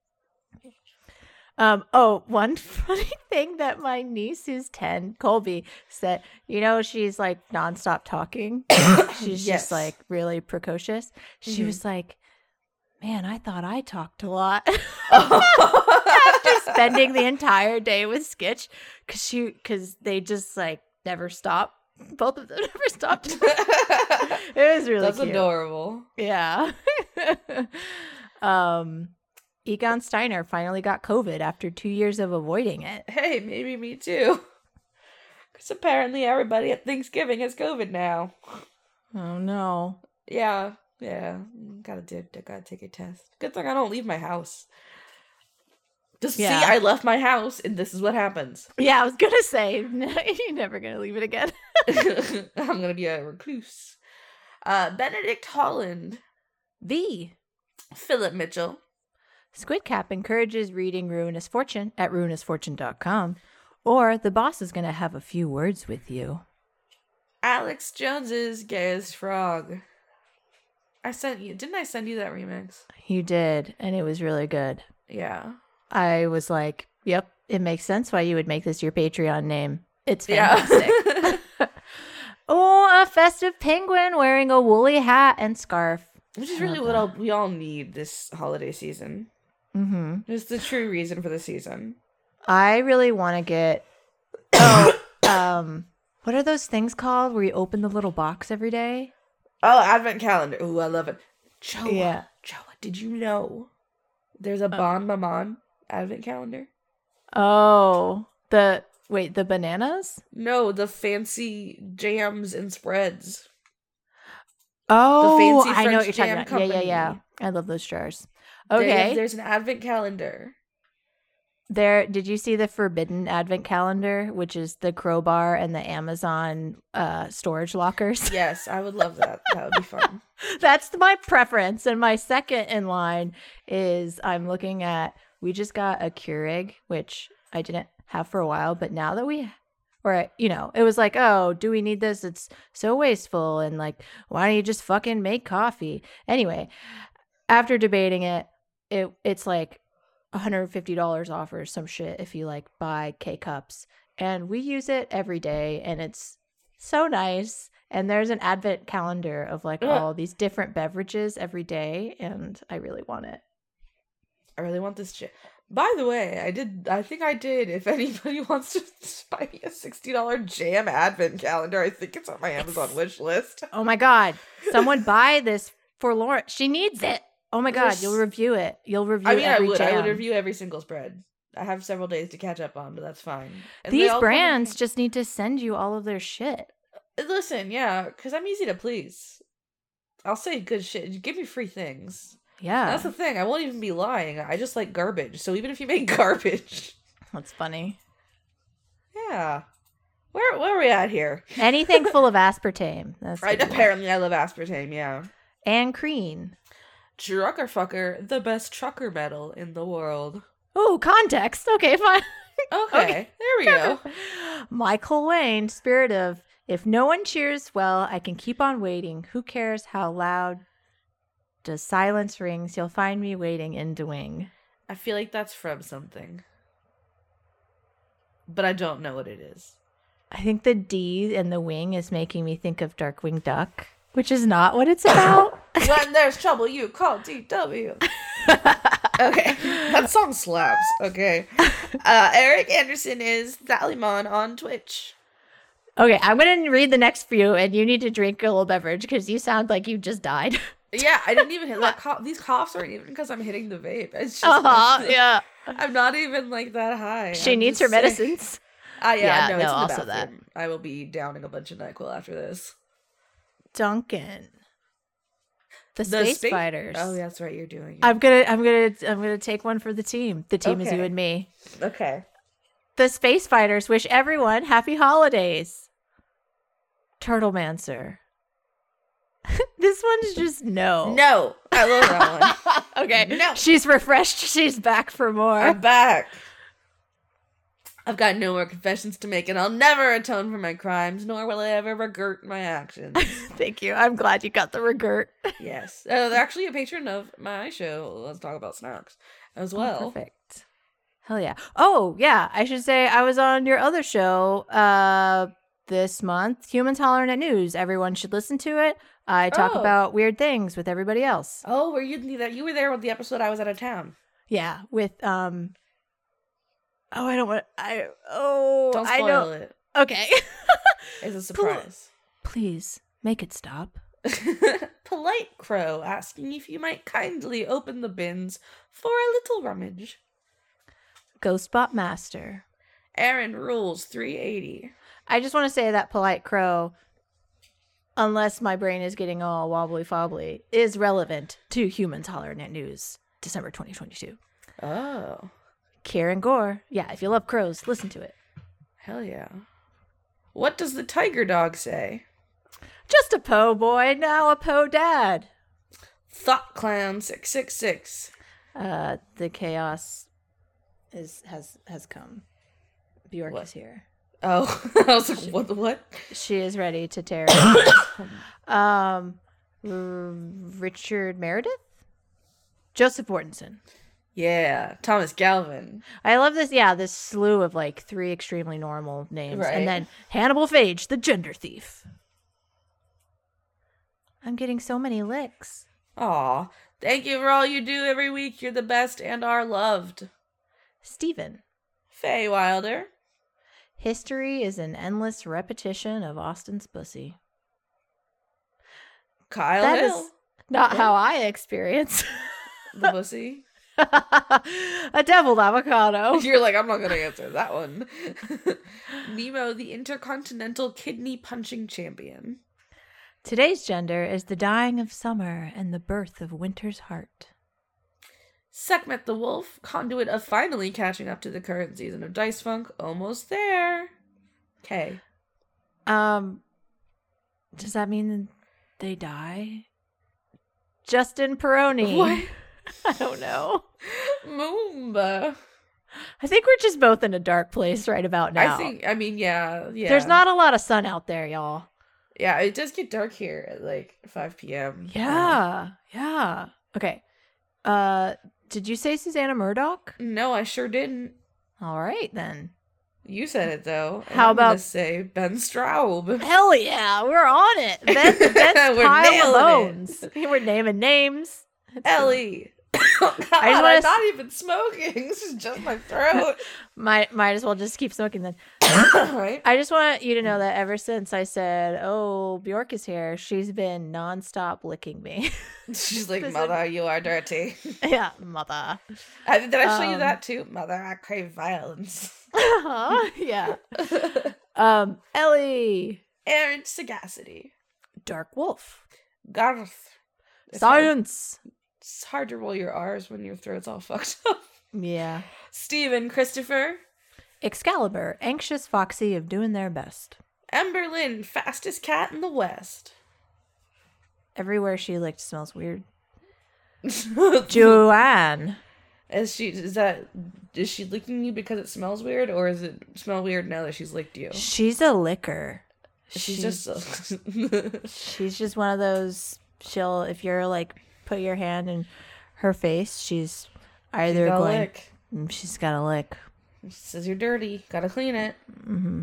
S1: Um, oh, one [LAUGHS] funny thing that my niece, who's 10, Colby, said, you know, she's like nonstop
S2: [COUGHS]
S1: talking. she's
S2: Yes.
S1: just like really precocious. She
S2: Mhm.
S1: was like, man, I thought I talked a lot. [LAUGHS]
S2: After
S1: After spending the entire day with Skitch, because she, because they just like never stop. [LAUGHS] Both of them never stopped.
S2: [LAUGHS]
S1: it was [LAUGHS] really
S2: That's
S1: cute.
S2: adorable.
S1: Yeah. [LAUGHS] um, Egon Steiner finally got COVID after two years of avoiding it.
S2: Hey, maybe me too. Because apparently everybody at Thanksgiving has COVID now.
S1: Oh no.
S2: Yeah, yeah. Gotta do. Gotta take a test. Good thing I don't leave my house. Just
S1: Yeah.
S2: see, I left my house, and this is what happens.
S1: Yeah, I was gonna say [LAUGHS] you're never gonna leave it again. [LAUGHS]
S2: [LAUGHS] I'm gonna be a recluse. Uh, Benedict Holland,
S1: V.
S2: Philip Mitchell,
S1: Squid Cap encourages reading Ruinous Fortune at ruinousfortune.com, or the boss is gonna have a few words with you.
S2: Alex Jones's Gay as Frog. I sent you. Didn't I send you that remix?
S1: You did, and it was really good.
S2: Yeah.
S1: I was like, "Yep, it makes sense why you would make this your Patreon name. It's [LAUGHS] fantastic."
S2: [LAUGHS] Yeah.
S1: oh, a festive penguin wearing a woolly hat and scarf.
S2: Which is
S1: I
S2: really
S1: love
S2: what
S1: that.
S2: all, we all need this holiday season.
S1: Mm-hmm.
S2: It's the true reason for the season.
S1: I really want to get. [COUGHS] Oh, um, what are those things called where you open the little box every day?
S2: Oh, advent calendar. Ooh, I love it. Joa,
S1: Yeah.
S2: Joa, did you know there's a Bon Maman advent calendar?
S1: Oh, the wait, the bananas.
S2: No, the fancy jams and spreads.
S1: Oh,
S2: fancy
S1: I know what you're
S2: French
S1: talking
S2: jam
S1: about. Yeah, yeah,
S2: company.
S1: yeah. I love those jars.
S2: There-
S1: Okay, there,
S2: there's an advent calendar.
S1: Did you see the forbidden advent calendar, which is the crowbar and the Amazon uh, storage lockers? [LAUGHS]
S2: Yes, I would love that. That would be fun.
S1: That's my preference. And my second in line is I'm looking at, we just got a Keurig, which I didn't have for a while, but now that we, or, you know, it was like, oh, do we need this? It's so wasteful. And like, why don't you just fucking make coffee? Anyway, after debating it, it it's like $150 off or some shit if you like buy K cups. And we use it every day and it's so nice. And there's an advent calendar of like
S2: Ugh.
S1: all these different beverages every day. And I really want it.
S2: I really want this shit. By the way, I did. I think I did. If anybody [LAUGHS] wants to buy me a sixty dollar jam advent calendar, I think it's on my Amazon wish list.
S1: Oh my God. Someone buy this for Lauren. She needs it. Oh my God.
S2: There's-
S1: You'll review it. You'll review
S2: I mean, I
S1: every
S2: would. I would
S1: jam.
S2: review every single spread. I have several days to catch up on, but that's fine. And they
S1: These
S2: all come in-
S1: brands just need to send you all of their shit.
S2: Uh, Listen, yeah, because I'm easy to please. I'll say good shit. Give me free things.
S1: Yeah.
S2: That's [LAUGHS] the thing. I won't even be lying. I just like garbage. So even if you make [LAUGHS] garbage,
S1: that's funny.
S2: yeah. Where where are we at here?
S1: Anything
S2: [LAUGHS]
S1: full of aspartame. That's
S2: Right.
S1: what we want.
S2: Apparently, I love aspartame. Yeah.
S1: And cream.
S2: Truckerfucker, the best trucker metal in the world.
S1: Oh, context. Okay, fine.
S2: [LAUGHS] Okay, there we go.
S1: [LAUGHS] Michael Wayne, spirit of if no one cheers well, I can keep on waiting. Who cares how loud the silence rings? You'll find me waiting in Dwing.
S2: I feel like that's from something, but I don't know what it is. [LAUGHS]
S1: I think [LAUGHS] the D and the wing is making me think of Darkwing Duck, which is not what it's about.
S2: when there's trouble, you call [LAUGHS] DW. okay, [LAUGHS] that song slaps. [LAUGHS] Okay, uh, Eric Anderson is Thalymon on [LAUGHS] Twitch.
S1: Okay, I'm gonna read the next few, and you need to drink a little beverage because you sound like you just died. [LAUGHS]
S2: Yeah, I didn't even hit that. Cough. These coughs aren't even because I'm hitting the vape. It's just
S1: Uh-huh, yeah.
S2: I'm not even like that high.
S1: She
S2: I'm
S1: needs her
S2: just sick.
S1: medicines.
S2: Ah,
S1: Yeah,
S2: yeah, no,
S1: no,
S2: it's in the
S1: also that.
S2: bathroom. I will be downing a bunch of Nyquil after this.
S1: Duncan. The,
S2: The
S1: space
S2: spa-
S1: spiders.
S2: Oh, yeah, that's right. You're doing it.
S1: I'm gonna I'm gonna I'm gonna take one for the team. The team is you
S2: Okay.
S1: and me.
S2: okay.
S1: The space fighters wish everyone happy holidays. Turtle Mancer. [LAUGHS] this one's just no.
S2: No, I love that one.
S1: Oh. [LAUGHS] okay.
S2: No.
S1: She's refreshed. She's back for more.
S2: I'm back. I've got no more confessions to make, and I'll never atone for my crimes, nor will I ever regret
S1: [LAUGHS]
S2: my actions.
S1: [LAUGHS] Thank you. I'm glad you got the regret.
S2: yes. Uh, they're actually a patron of my show, Let's Talk About Snacks, as well.
S1: Oh, Perfect. Hell yeah. Oh, yeah. I should say I was on your other show uh this month, Human Tolerant News. Everyone should listen to it. I talk
S2: Oh.
S1: about weird things with everybody else.
S2: oh, were you that you were there with the episode I was out of town?
S1: Yeah, with um Oh, I don't want I oh,
S2: Don't
S1: I
S2: spoil
S1: know.
S2: it.
S1: Okay. [LAUGHS]
S2: It's a surprise.
S1: Please make it stop.
S2: [LAUGHS] Polite crow asking if you might kindly open the bins for a little rummage.
S1: Ghostbot Master.
S2: Aaron rules 380.
S1: I just want to say that polite crow, unless my brain is getting all wobbly fobbly, is relevant to human tolerant news, December 2022.
S2: Oh,
S1: Karen Gore. Yeah, if you love crows, listen to it.
S2: hell yeah. What does the tiger dog say?
S1: Just a po boy, now a po dad.
S2: Thought clown 666.
S1: Uh, the chaos is has has come. Bjork
S2: What?
S1: is here.
S2: Oh, [LAUGHS] I was like, what? What?
S1: She is ready to tear. it. um, R- Richard Meredith, Joseph Mortensen.
S2: Yeah, Thomas Galvin.
S1: I love this. Yeah, this slew of like three extremely normal names,
S2: Right.
S1: and then Hannibal Phage, the gender thief. I'm getting so many licks.
S2: Aw, thank you for all you do every week. You're the best and are loved.
S1: Steven,
S2: Faye Wilder.
S1: history is an endless repetition of Austin's pussy.
S2: Kyle
S1: That
S2: Hill.
S1: is not how I experience
S2: The pussy.
S1: [LAUGHS] a deviled [LAUGHS]
S2: [LAUGHS]
S1: avocado.
S2: You're like, I'm not gonna answer that one. [LAUGHS] Nemo, the intercontinental kidney punching champion.
S1: Today's gender is the dying of summer and the birth of winter's heart.
S2: Sekhmet the wolf, conduit of finally catching up to the current season of Dice Funk. Almost there. Okay.
S1: Um, does that mean they die? Justin Peroni.
S2: [LAUGHS] What?
S1: I don't know.
S2: Moomba.
S1: I think we're just both in a dark place right about now.
S2: I think. I mean, yeah, yeah.
S1: There's not a lot of sun out there, y'all.
S2: Yeah, it does get dark here at like 5 p.m. Uh,
S1: Yeah, yeah. Okay. Uh, did you say Susanna Murdoch?
S2: Um, no, I sure didn't.
S1: All right then.
S2: You said it though. and
S1: How
S2: I'm gonna
S1: about-
S2: say Ben Straub?
S1: Hell yeah, we're on
S2: [LAUGHS]
S1: it. That's that's
S2: We're
S1: pile of
S2: nailing it.
S1: bones. We're naming names. It's [COUGHS]
S2: Ellie. Oh, God, I
S1: wanna
S2: am
S1: s-
S2: not even smoking. [LAUGHS] This is just
S1: [COUGHS]
S2: my throat.
S1: good. Might might as well just keep smoking then.
S2: right?
S1: I just want you to know that ever since I said, "Oh, Bjork is here," she's been nonstop licking me.
S2: She's like,
S1: Listen.
S2: Mother, you are dirty.
S1: [LAUGHS]
S2: [LAUGHS]
S1: yeah, mother.
S2: I, did I show you
S1: Um,
S2: that too? Mother, I crave violence. [LAUGHS]
S1: Aw, Uh-huh. [LAUGHS] yeah. Um, Ellie,
S2: Aaron Sagacity.
S1: Dark Wolf,
S2: Garth. It's hard-
S1: Science.
S2: It's hard to roll your R's when your throat's all [LAUGHS] fucked up.
S1: Yeah.
S2: Stephen Christopher.
S1: Excalibur, anxious Foxy of doing their best.
S2: Emberlyn, fastest cat in the West.
S1: Everywhere she licked smells [LAUGHS] weird. Joanne.
S2: Is she is that is she licking you because it smells weird, or is it smell weird now that she's licked you?
S1: She's a licker.
S2: She's [LAUGHS] just
S1: she's just one of those she'll if you're like put your hand in her face, she's either
S2: Gotta
S1: going
S2: lick.
S1: Mm, she's got a lick.
S2: Says you're dirty. Gotta clean it.
S1: Mm-hmm.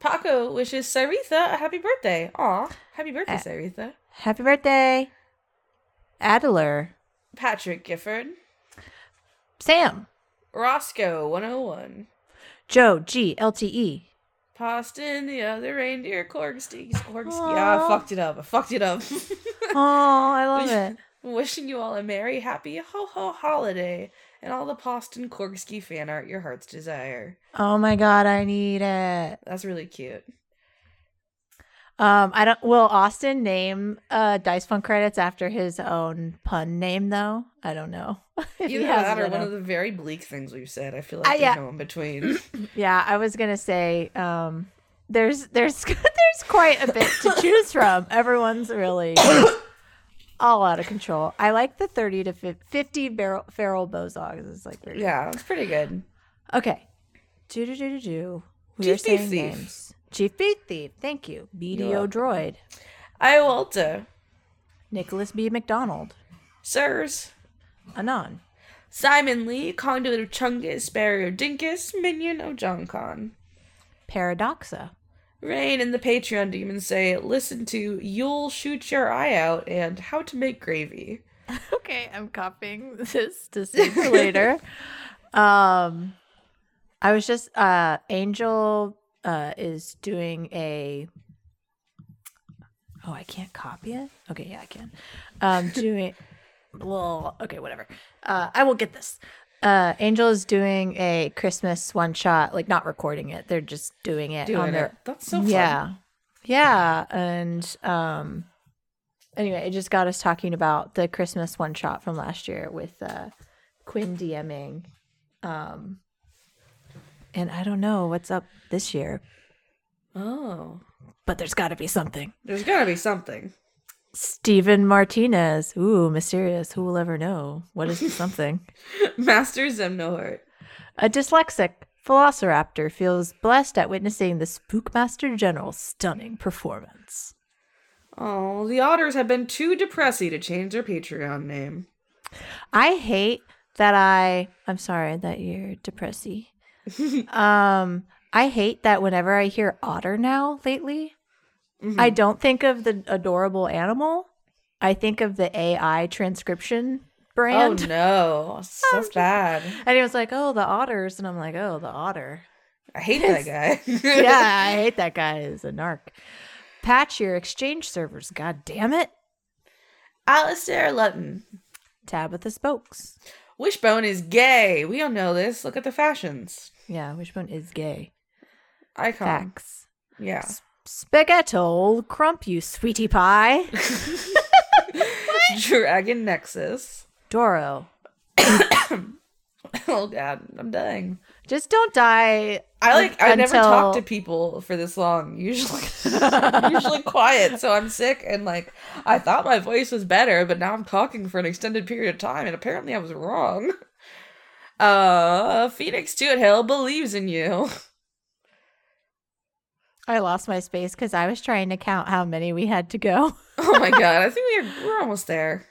S2: Paco wishes Saritha a happy birthday. Aw, happy birthday,
S1: Uh,
S2: Saritha.
S1: Happy birthday. Adler,
S2: Patrick Gifford,
S1: Sam,
S2: Roscoe 101,
S1: Joe G L T
S2: [LAUGHS]
S1: E.
S2: Poston, the other reindeer, Korgsty. Korgsty.
S1: Aw.
S2: Yeah, I fucked it up. I fucked it up.
S1: Oh, I [LAUGHS] love it.
S2: [LAUGHS] Wishing you all a merry, happy, ho ho holiday and all the Poston Korgsky fan art your heart's desire.
S1: Oh my god, I need it.
S2: That's really cute.
S1: Um, I don't. Will Austin name uh Dice Funk credits after his own pun name though? I don't know. [LAUGHS] If he
S2: Either
S1: has
S2: that
S1: it,
S2: or
S1: I
S2: one
S1: don't-
S2: of the very bleak things we've said. I feel like
S1: Ah,
S2: there's
S1: yeah.
S2: no
S1: [LAUGHS]
S2: in between.
S1: Yeah, I was gonna say um, there's there's [LAUGHS] there's quite a bit to choose from. Everyone's
S2: [COUGHS]
S1: really all out of control. I like the thirty to fif- fifty barrel feral bozogs. It's like very-
S2: yeah, it's pretty good.
S1: okay. Do do do do do. We
S2: Chief
S1: are saying
S2: Beef Thief.
S1: names. Chief Beat Thief. Thank you. BDO
S2: welcome.
S1: Droid.
S2: I Walter,
S1: Nicholas B. McDonald.
S2: Sirs,
S1: Anon.
S2: Simon Lee, Conduit of Chungus, Barrier Dinkus, Minion of John Con.
S1: Paradoxa.
S2: Rain and the Patreon demons say, listen to You'll Shoot Your Eye Out and How to Make Gravy.
S1: [LAUGHS] Okay, I'm copying [LAUGHS] this to save for later. [LAUGHS] um, I was just uh, Angel uh, is doing a. Oh, I can't copy it. Okay, yeah, I can. Um, doing. [LAUGHS] Well, okay, whatever. Uh, I will get this. Uh, Angel is doing a Christmas one shot, like not recording it. They're just doing it on
S2: Doing
S1: their
S2: it. That's so fun.
S1: yeah yeah and um anyway it just got us talking about the christmas one shot from last year with uh quinn dming um and i don't know what's up this year
S2: Oh.
S1: but there's got to be something
S2: There's gotta be something. [LAUGHS]
S1: Steven Martinez. Ooh, mysterious. Who will ever know? What is the something?
S2: Master Zemnohart.
S1: A dyslexic velociraptor feels blessed at witnessing the Spookmaster General's stunning performance.
S2: Oh, the otters have been too depressy to change their Patreon name.
S1: I hate that I I'm sorry that you're depressy. um I hate that whenever I hear otter now lately,
S2: Mhm.
S1: I don't think of the adorable animal. I think of the AI transcription brand.
S2: oh no, so bad.
S1: And it was like, oh, the otters. And I'm like, oh, the otter.
S2: I hate that guy. [LAUGHS]
S1: yeah, I hate that guy. Is a narc. Patch your exchange servers. God damn it.
S2: Alistair Lutton.
S1: Tabitha Spokes.
S2: Wishbone is gay. We all know this. Look at the fashions.
S1: Yeah, Wishbone is gay.
S2: Icon.
S1: Facts.
S2: Yeah.
S1: Spaghetto crump, you sweetie
S2: [LAUGHS]
S1: pie.
S2: Dragon Nexus. [LAUGHS]
S1: Doro,
S2: Oh god, I'm dying.
S1: just don't die.
S2: I like I never
S1: Until-
S2: talk to people for this long. Usually [LAUGHS] I'm usually quiet, so I'm sick and like I thought my voice was better, but now I'm talking for an extended period of time and apparently I was wrong. [LAUGHS] Uh Phoenix Toot Hill believes in you. [LAUGHS]
S1: I lost my space because I was trying to count how many we had to go. [LAUGHS]
S2: Oh my god, I think we're we're almost there.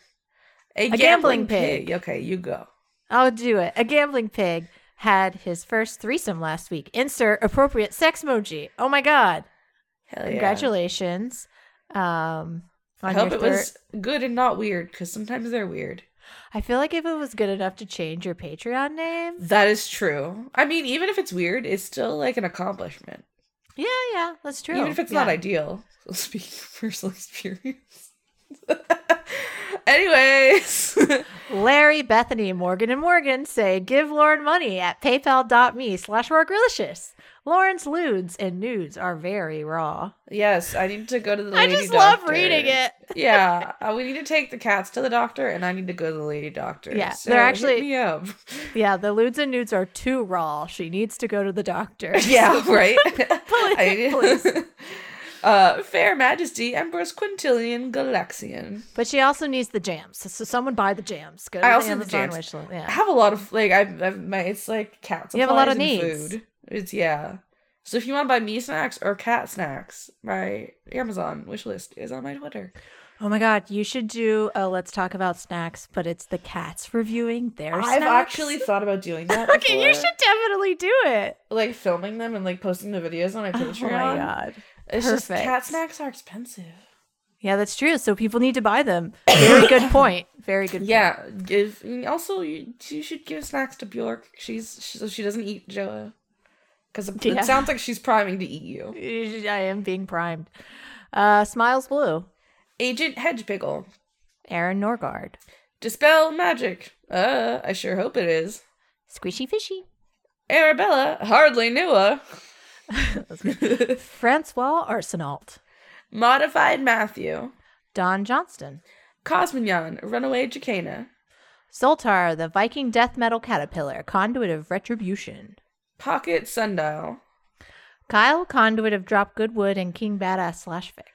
S2: A,
S1: gambling pig.
S2: Okay, you go.
S1: I'll do it. A gambling pig had his first threesome last week. Insert appropriate sex emoji. Oh my god!
S2: Hell Oh, yeah.
S1: Congratulations. Um,
S2: I
S1: on
S2: hope
S1: your
S2: it
S1: third-
S2: was good and not weird, because sometimes they're weird.
S1: I feel like if it was good enough to change your Patreon name.
S2: That is true. I mean, even if it's weird, it's still like an accomplishment.
S1: Yeah, yeah, that's true.
S2: Even if it's not ideal. [LAUGHS] So speaking of personal experience. [LAUGHS] Anyways. [LAUGHS]
S1: Larry, Bethany, Morgan, and Morgan say give Lauren money at paypal.me slash workrelicious. Lauren's lewds and nudes are very raw.
S2: yes, I need to go to the
S1: I
S2: lady
S1: just love
S2: doctor.
S1: reading it.
S2: [LAUGHS] yeah. uh, We need to take the cats to the doctor and I need to go to the lady doctor.
S1: Yeah,
S2: So
S1: they're
S2: hit
S1: actually-
S2: me up. [LAUGHS]
S1: Yeah, the lewds and nudes are too raw. She needs to go to the [LAUGHS] doctor.
S2: Yeah, right.
S1: [LAUGHS]
S2: I need-
S1: please.
S2: [LAUGHS] Uh, Fair Majesty, Empress Quintilian Galaxian.
S1: But she also needs the jams. So someone buy the jams. Go to
S2: I
S1: the
S2: also need the
S1: Amazon
S2: jams.
S1: wish list.
S2: I
S1: Yeah.
S2: have a lot of like I have my it's like cat supplies
S1: You have a lot of
S2: and
S1: needs.
S2: food. It's yeah. So if you want to buy me snacks or cat snacks, my Amazon wish list is on my Twitter.
S1: Oh my God, you should do a Let's Talk About Snacks, but it's the cats reviewing their
S2: I've
S1: snacks.
S2: actually thought about doing that.
S1: [LAUGHS] Okay, you
S2: before.
S1: should definitely do it.
S2: like filming them and like posting the videos on my
S1: Oh
S2: Patreon.
S1: my God.
S2: It's just
S1: Perfect.
S2: cat snacks are expensive.
S1: Yeah, that's true. So people need to buy them. [COUGHS] Very good point. Very good. point.
S2: Yeah, give and also you, you should give snacks to Bjork. She's she, so she doesn't eat Joa because it,
S1: Yeah.
S2: it sounds like she's priming to eat you.
S1: [LAUGHS] I am being primed. Uh, Smiles Blue,
S2: Agent Hedgepiggle,
S1: Aaron Norgard,
S2: dispel magic. Uh, I sure hope it is.
S1: Squishy Fishy,
S2: Arabella hardly knew her.
S1: Francois Arsenault,
S2: Modified Matthew,
S1: Don Johnston,
S2: Cosmignon, runaway Jacana,
S1: Zoltar, the Viking death metal caterpillar, conduit of retribution,
S2: Pocket Sundial,
S1: Kyle, conduit of drop Goodwood, and King Badass slash Vic.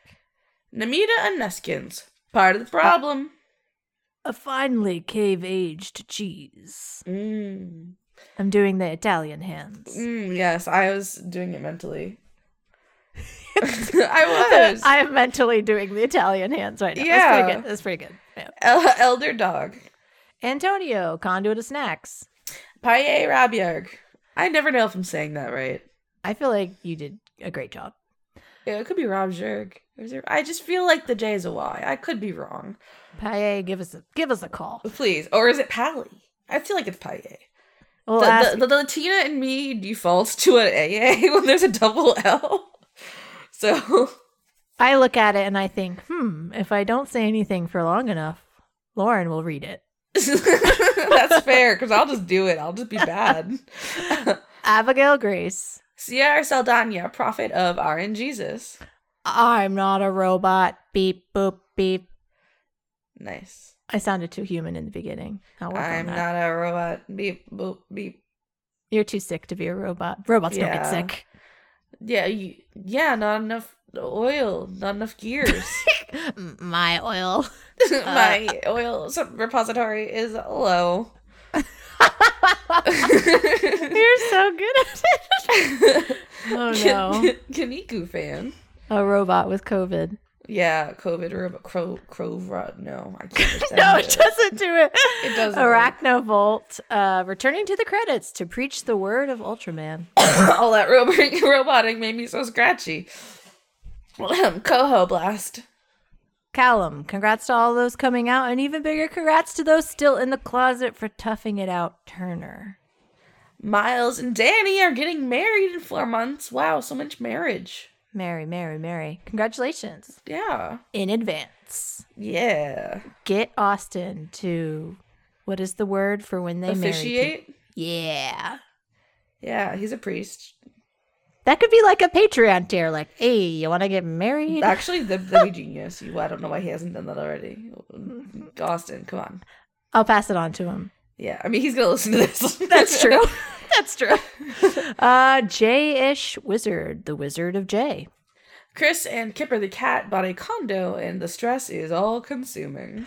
S2: Namita and Neskins, part of the problem.
S1: A finely cave aged cheese.
S2: Mm.
S1: I'm doing the Italian hands. [LAUGHS]
S2: Mm, yes, I was doing it mentally. [LAUGHS] I was.
S1: [LAUGHS] I am mentally doing the Italian hands right now. That's pretty
S2: Yeah.
S1: good. That's pretty good. Yeah.
S2: El- Elder Dog.
S1: Antonio, conduit of snacks.
S2: Paye Rabiarg. I never know if I'm saying that right.
S1: I feel like you did a great job.
S2: Yeah, it could be Rabjerg. Is there- I just feel like the J is a Y. I could be wrong.
S1: Paye, give us a give us a call.
S2: Please. Or is it Pally? I feel like it's Paye.
S1: We'll
S2: the,
S1: ask-
S2: the, the Latina in me defaults to an AA when there's a [LAUGHS] double L. So, [LAUGHS]
S1: I look at it and I think, hmm, if I don't say anything for long enough, Lauren will read it.
S2: that's fair because I'll just do it. I'll just be bad. [LAUGHS]
S1: Abigail Grace,
S2: Sierra Saldana, prophet of our in Jesus.
S1: I'm not a robot. Beep boop beep.
S2: Nice.
S1: I sounded too human in the beginning. I'll work
S2: I'm
S1: on that.
S2: not a robot. Beep, boop, beep.
S1: You're too sick to be a robot. Robots don't get
S2: Yeah.
S1: sick.
S2: Yeah, you, yeah, not enough oil, not enough gears.
S1: [LAUGHS] M- My oil.
S2: [LAUGHS] My oil sup- repository is low.
S1: [LAUGHS] You're so good at [LAUGHS] it. [LAUGHS] oh
S2: [LAUGHS]
S1: no,
S2: Kaniku fan.
S1: a robot with COVID.
S2: Yeah, COVID robot. Crow, crow, rod. No,
S1: [LAUGHS]
S2: I can't.
S1: No,
S2: stand
S1: it doesn't do it. [LAUGHS]
S2: It doesn't.
S1: Arachnovolt, uh, returning to the credits to preach the word of Ultraman.
S2: [LAUGHS] All that robotic, robotic made me so scratchy. [CLEARS THROAT] Coho blast.
S1: Callum, congrats to all those coming out, and even bigger congrats to those still in the closet for toughing it out, Turner.
S2: Miles and Danny are getting married in four months. Wow, so much marriage.
S1: Mary, Mary, Mary. Congratulations
S2: Yeah.
S1: in advance.
S2: Yeah.
S1: Get Austin to what is the word for when they marry?
S2: Officiate?
S1: people? Yeah.
S2: Yeah, he's a priest.
S1: That could be like a Patreon tier, like, hey, you want to get [LAUGHS] married?
S2: Actually, that'd, that'd be genius. You, I don't know why he hasn't done that already. Austin, come on.
S1: I'll pass it on to him.
S2: Yeah, I mean, he's going to listen to this.
S1: [LAUGHS] That's true. That's true. Uh, J ish wizard, the wizard of J.
S2: [LAUGHS] Chris and Kipper the cat bought a condo, and the stress is all consuming.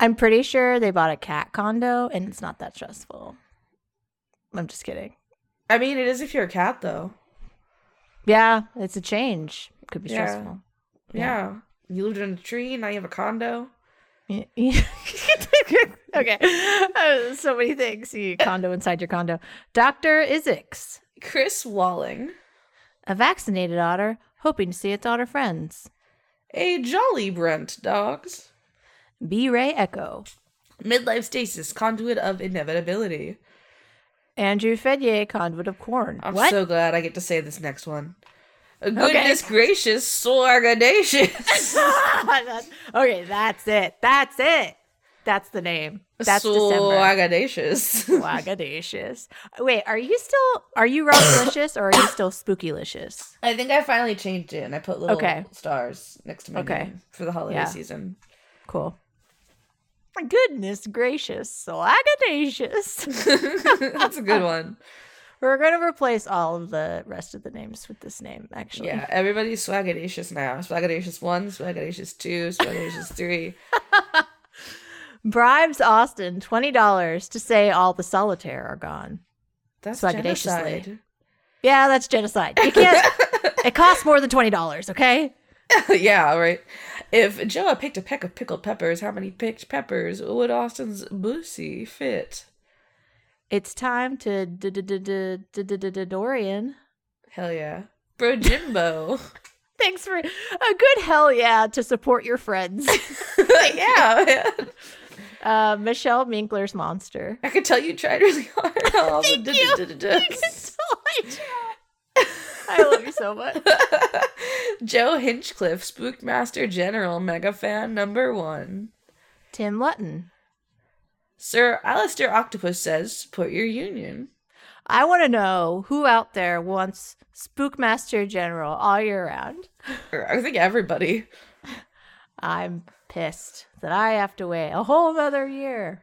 S1: I'm pretty sure they bought a cat condo and it's not that stressful. I'm just kidding.
S2: I mean, it is if you're a cat, though.
S1: Yeah, it's a change. Could be
S2: Yeah.
S1: stressful. [LAUGHS]
S2: Yeah. You lived in a tree, now you have a condo.
S1: Yeah. okay. Uh, so many things. You condo inside your condo. Dr. Isix,
S2: Chris Walling,
S1: a vaccinated otter, hoping to see its otter friends.
S2: a jolly Brent, dogs.
S1: B Ray Echo.
S2: Midlife stasis, conduit of inevitability.
S1: Andrew Fedier, conduit of corn.
S2: I'm
S1: what?
S2: so glad I get to say this next one. A goodness gracious,
S1: [LAUGHS]
S2: sorgadacious.
S1: That- [LAUGHS] okay, that's it. That's it. That's the name. That's December. [LAUGHS]
S2: sorgadacious.
S1: Wagadocious. Wait, are you still are you rocklicious or are you still spookylicious?
S2: [LAUGHS] I think I finally changed it and I put little
S1: Okay.
S2: stars next to my
S1: Okay.
S2: name for the holiday
S1: Yeah. [LAUGHS]
S2: season. [LAUGHS]
S1: Cool. Goodness gracious, wagadocious. [LAUGHS]
S2: That's a good one.
S1: We're gonna replace all of the rest of the names with this name, actually.
S2: Yeah, everybody's swagadacious now. Swagadacious 1, swagadacious 2,
S1: [LAUGHS]
S2: swagadacious 3.
S1: Bribes Austin twenty dollars to say all the solitaire are gone.
S2: That's
S1: Swagadaciously.
S2: genocide. [LAUGHS]
S1: Yeah, that's genocide. You can't it costs more than twenty dollars, okay?
S2: yeah, right. If Joa picked a peck of pickled peppers, how many picked peppers would Austin's boosie fit?
S1: It's time to d- d- d- d- d- d- d- d- Dorian. [LAUGHS]
S2: Hell yeah. Bro Jimbo. [LAUGHS]
S1: Thanks for a good hell yeah to support your [LAUGHS] friends.
S2: yeah, man.
S1: Uh, Michelle Minkler's [LAUGHS] monster.
S2: I could tell you tried really
S1: [LAUGHS]
S2: hard. All the
S1: Thank you. [LAUGHS]
S2: duh-duh-duh-duhs.
S1: I love you so much.
S2: Joe Hinchcliffe, Spookmaster General, mega fan number one.
S1: [LAUGHS] Tim Lutton.
S2: Sir Alistair Octopus says, support your union.
S1: I want to know who out there wants Spookmaster General all year round.
S2: Or I think everybody.
S1: I'm pissed that I have to wait a whole nother year.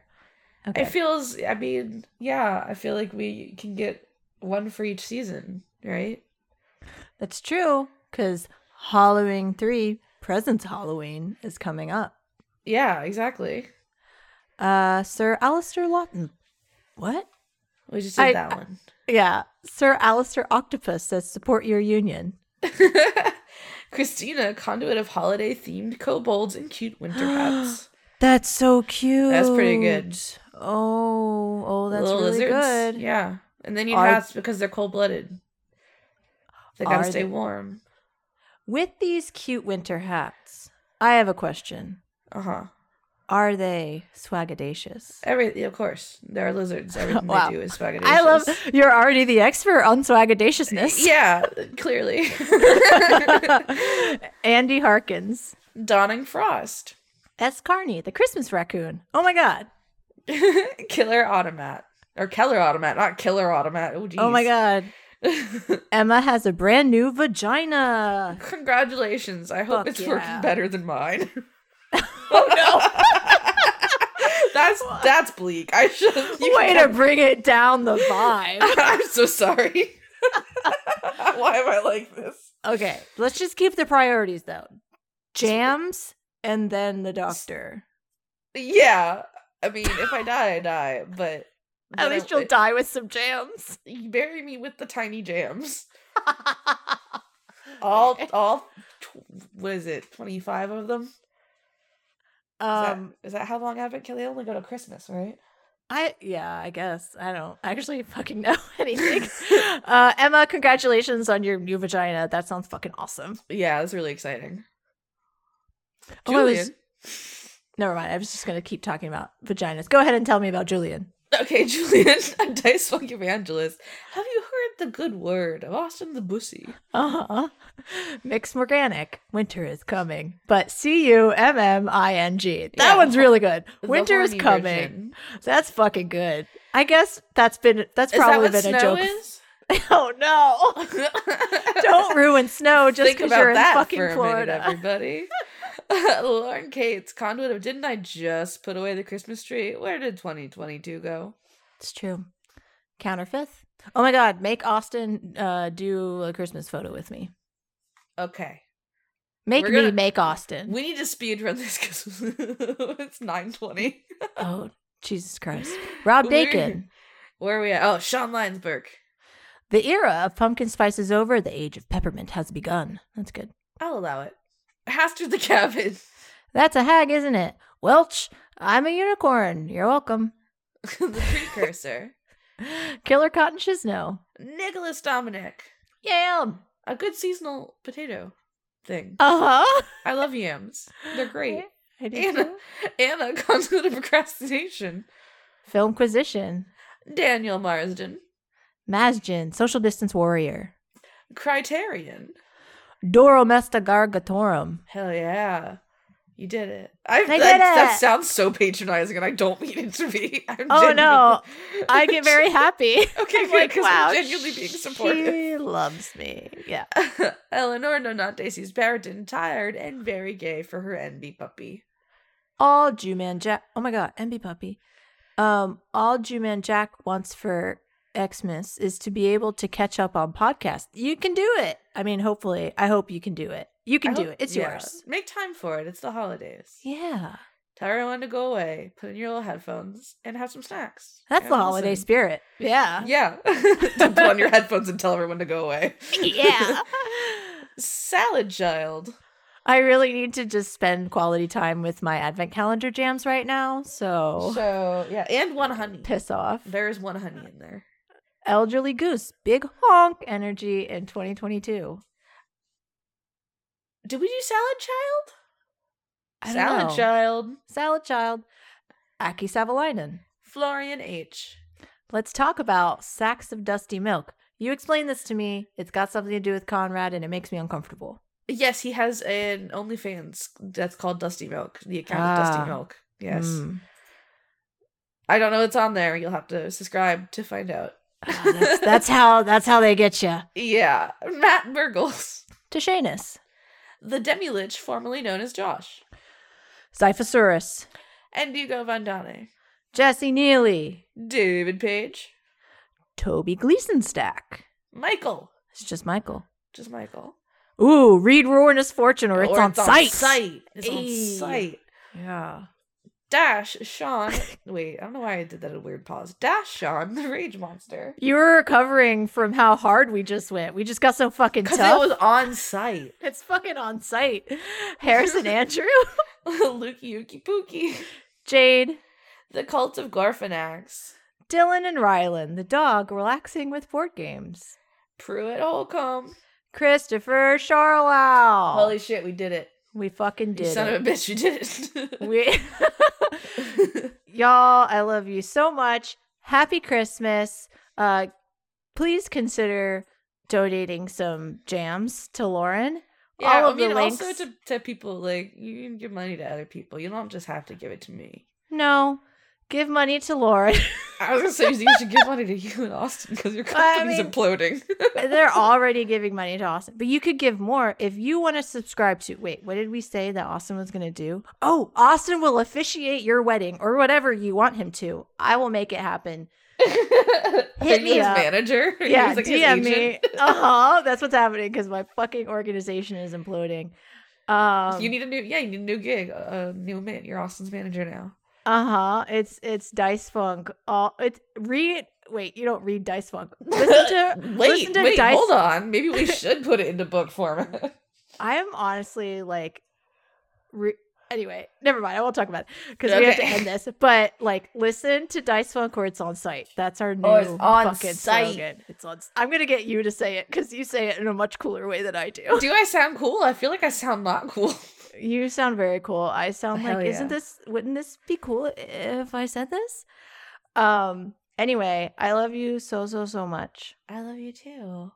S1: Okay.
S2: It feels, I mean, yeah, I feel like we can get one for each season, right?
S1: That's true because Halloween 3, Presents Halloween, is coming up.
S2: Yeah, exactly.
S1: Uh, Sir Alistair Lawton. What?
S2: We just did
S1: I-
S2: that one.
S1: Yeah. Sir Alistair Octopus says support your union.
S2: Christina, conduit of holiday themed kobolds in
S1: [GASPS]
S2: cute winter hats.
S1: That's so cute.
S2: That's pretty good.
S1: Oh, oh, that's
S2: Little
S1: really
S2: lizards.
S1: good.
S2: Yeah. And they need
S1: Are-
S2: hats because they're cold blooded. They gotta
S1: Are
S2: stay
S1: they-
S2: warm.
S1: With these cute winter hats, I have a question.
S2: Uh huh.
S1: Are they swagadacious?
S2: Every of course. There are lizards.
S1: [LAUGHS]
S2: Everything
S1: Wow.
S2: they do is spaghetti.
S1: I love you're already the expert on swagadaciousness.
S2: Yeah, clearly.
S1: [LAUGHS]
S2: [LAUGHS]
S1: Andy Harkins.
S2: Dawning Frost.
S1: That's Carney, the Christmas raccoon. Oh my god.
S2: Killer Automat. Or Keller Automat, not Killer Automat. Oh, geez.
S1: Oh my god.
S2: [LAUGHS]
S1: Emma has a brand new vagina.
S2: Congratulations. I hope
S1: Fuck
S2: it's
S1: yeah.
S2: working better than mine.
S1: [LAUGHS]
S2: [LAUGHS]
S1: Oh no.
S2: [LAUGHS] that's that's bleak. I should you
S1: Way to bring it down the [LAUGHS] vibe.
S2: [LAUGHS] I'm so sorry. [LAUGHS] Why am I like this?
S1: Okay, let's just keep the priorities though. Jams and then the doctor.
S2: Yeah. I mean, if I die, I die, but
S1: At least you'll die with some jams. [LAUGHS]
S2: die. Bury me with the tiny jams. All all tw- what is it? 25 of them? Is, that-
S1: um
S2: is that how long Advent Kelly only go to Christmas, right?
S1: I yeah, I guess. I don't actually fucking know [LAUGHS] anything. uh Emma, congratulations on your new vagina. That sounds fucking awesome.
S2: Yeah, that's really exciting.
S1: Oh, I was-
S2: Julian.
S1: Never mind. I was just gonna keep talking about vaginas. Go ahead and tell me about Julian.
S2: Okay, [LAUGHS] Julian, a Dice Funk Evangelist. Have you heard the good word of Austin the Bussy?
S1: Uh-huh. Mixed organic. Winter is coming. But C U M M I N G. That
S2: Yeah.
S1: one's really good.
S2: The
S1: Winter is
S2: horny
S1: coming.
S2: version.
S1: That's fucking good. I guess that's been that's
S2: Is that
S1: probably
S2: what
S1: been a
S2: snow
S1: joke.
S2: [LAUGHS] is?
S1: [LAUGHS] Oh
S2: [LAUGHS]
S1: no. Don't ruin snow just
S2: Think
S1: because
S2: about
S1: you're in
S2: that
S1: fucking
S2: for a [LAUGHS]
S1: Florida.
S2: minute, everybody. Lauren Cates, conduit of didn't I just put away the Christmas tree? Where did 2022 go?
S1: It's true. Counterfeit. Oh my god, make Austin uh, do a Christmas photo with me.
S2: Okay,
S1: Make
S2: We're
S1: me
S2: gonna-
S1: make Austin.
S2: we need to speed run this because [LAUGHS] it's 9:20.
S1: oh, Jesus Christ. Rob
S2: We're-
S1: Bacon.
S2: Where are we at? Oh, Sean Lyonsberg.
S1: The era of pumpkin spice is over. The age of peppermint has begun. That's good.
S2: I'll allow it. Hastard the Cabin. [LAUGHS]
S1: That's a hag, isn't it? Welch, I'm a unicorn. You're welcome.
S2: the precursor.
S1: Killer Cotton Shizno.
S2: Nicholas Dominic.
S1: Yam.
S2: A good seasonal potato thing.
S1: Uh
S2: [LAUGHS]
S1: huh.
S2: I love yams. They're
S1: [LAUGHS]
S2: great.
S1: I do
S2: Anna.
S1: too.
S2: Anna, conduit of procrastination.
S1: Filmquisition.
S2: Daniel Marsden.
S1: Masjin, social distance warrior.
S2: Criterion.
S1: Doromesta gargatorum.
S2: Hell yeah. You did it. I,
S1: I
S2: that,
S1: did
S2: that
S1: it.
S2: sounds so patronizing and I don't mean it to be. [LAUGHS] I'm
S1: Oh,
S2: genuinely-
S1: no. I get
S2: [LAUGHS]
S1: very happy.
S2: Okay,
S1: I'm
S2: good, 'cause I'm genuinely being supportive.
S1: She loves me. Yeah.
S2: [LAUGHS] Eleanor, no, not Daisy's Barrington, tired and very gay for her envy puppy.
S1: All Jew Man Jack. Oh my God, MB Puppy. Um, all Jew Man Jack wants for Xmas is to be able to catch up on podcasts. You can do it. I mean, hopefully, I hope you can do it. You can
S2: I
S1: do
S2: hope-
S1: it. It's
S2: yeah.
S1: yours.
S2: Make time for it. It's the holidays.
S1: Yeah,
S2: Tell everyone to go away, put in your little headphones, and have some snacks.
S1: that's
S2: And
S1: the holiday
S2: listen.
S1: spirit. Yeah,
S2: Yeah. [LAUGHS] to put on your headphones and tell everyone to go away. [LAUGHS] Salad Child.
S1: I really need to just spend quality time with my advent calendar jams right now. So
S2: So, yeah. And one honey.
S1: piss off.
S2: There is one honey in there.
S1: Elderly Goose, big honk energy in 2022.
S2: Did we do Salad Child?
S1: I don't
S2: Salad
S1: know.
S2: Child.
S1: Salad Child, Aki Savalainen.
S2: Florian H.
S1: Let's talk about sacks of dusty milk. You explained this to me. It's got something to do with Conrad, and it makes me uncomfortable.
S2: Yes, he has an OnlyFans that's called Dusty Milk. The account is
S1: Ah.
S2: Dusty Milk. Yes.
S1: Mm.
S2: I don't know what's on there. You'll have to subscribe to find out.
S1: [LAUGHS] Ah,
S2: [LAUGHS]
S1: that's, that's how that's how they get you
S2: Yeah. Matt Burgles.
S1: to Shanus,
S2: The Demi-Lich, formerly known as Josh.
S1: Xiphosaurus,
S2: And Hugo Vandane.
S1: Jesse Neely,
S2: David Page.
S1: Toby Gleason stack.
S2: Michael.
S1: It's just Michael.
S2: Just Michael.
S1: Ooh, read Roarness Fortune, or it's on site.
S2: site. It's
S1: Ayy.
S2: on site.
S1: Yeah.
S2: Dash Sean. [LAUGHS] wait, I don't know why I did that a weird pause. Dash Sean, the rage
S1: [LAUGHS]
S2: monster.
S1: You were recovering from how hard we just went. We just got so fucking
S2: Because
S1: tough.
S2: it was on site.
S1: it's fucking on site. [LAUGHS] Harrison Andrew,
S2: [LAUGHS] Lukey Yuki Pookie.
S1: Jade,
S2: The Cult of Garfanax.
S1: Dylan, and Rylan, the dog relaxing with board games.
S2: Pruitt Holcomb.
S1: Christopher Charlow.
S2: Holy shit, we did it.
S1: we fucking did
S2: you son
S1: it.
S2: of a bitch, you [LAUGHS] did
S1: [LAUGHS] we
S2: it.
S1: [LAUGHS] y'all i love you so much happy christmas uh please consider donating some jams to lauren
S2: yeah,
S1: all
S2: I
S1: of the
S2: mean,
S1: links
S2: also to, to people, like, you can give money to other people. You don't just have to give it to me.
S1: no give money to
S2: [LAUGHS]
S1: lauren
S2: I was going to say, you should give money to [LAUGHS] you and Austin because your
S1: I
S2: company's
S1: mean- uh,
S2: imploding.
S1: they're already giving money to austin but you could give more if you want to subscribe to wait what did we say that austin was going to do oh austin will officiate your wedding or whatever you want him to i will make it
S2: [LAUGHS]
S1: happen
S2: [LAUGHS] Hit
S1: me up.
S2: manager. [LAUGHS] Are you
S1: yeah,
S2: his, like, his
S1: DM me.
S2: agent?
S1: [LAUGHS] Uh huh. That's what's happening because my fucking organization is imploding. Um,
S2: you need a new, yeah, you need a new gig. A new man. You're Austin's manager now.
S1: uh huh. It's it's Dice Funk. All it's read. Wait, you don't read Dice
S2: [LAUGHS]
S1: Funk. Listen to
S2: wait,
S1: listen to
S2: wait,
S1: Dice.
S2: hold on. Maybe
S1: [LAUGHS]
S2: we should put it into book format.
S1: I am honestly like, re- anyway, never mind. I won't talk about it because we have to
S2: Okay.
S1: end this. But like, listen to Dice Funk or it's on site. That's our new
S2: Or it's on
S1: fucking
S2: site.
S1: slogan. It's on. I'm gonna get you to say it because you say it in a much cooler way than I do. [LAUGHS]
S2: Do I sound cool? I feel like I sound not cool. [LAUGHS]
S1: You sound very cool. I sound like,
S2: Hell
S1: isn't
S2: yeah.
S1: this, wouldn't this be cool if I said this? Um, anyway, I love you so, so, so [LAUGHS] much.
S2: I love you too.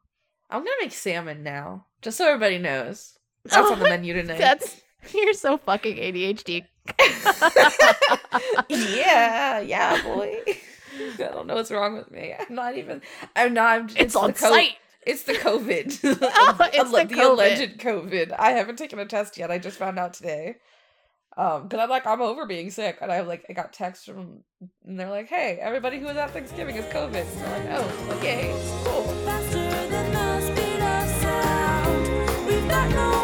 S2: I'm gonna make salmon now, just so everybody knows. [LAUGHS] That's on the menu tonight.
S1: That's, you're so fucking ADHD.
S2: [LAUGHS] yeah, yeah, boy. [LAUGHS] I don't know what's wrong with me. I'm not even. I'm not. I'm,
S1: It's,
S2: the
S1: on
S2: co-
S1: site.
S2: It's
S1: [LAUGHS]
S2: the COVID. [LAUGHS]
S1: Oh, it's
S2: Alle-
S1: the
S2: alleged COVID. I haven't taken a test yet. I just found out today. Um, cause I'm like I'm over being sick, and I like I got texts from, and they're like, "Hey, everybody who was at Thanksgiving is COVID." And I'm like, "Oh, okay, cool."
S3: Faster than the speed of sound. We've got no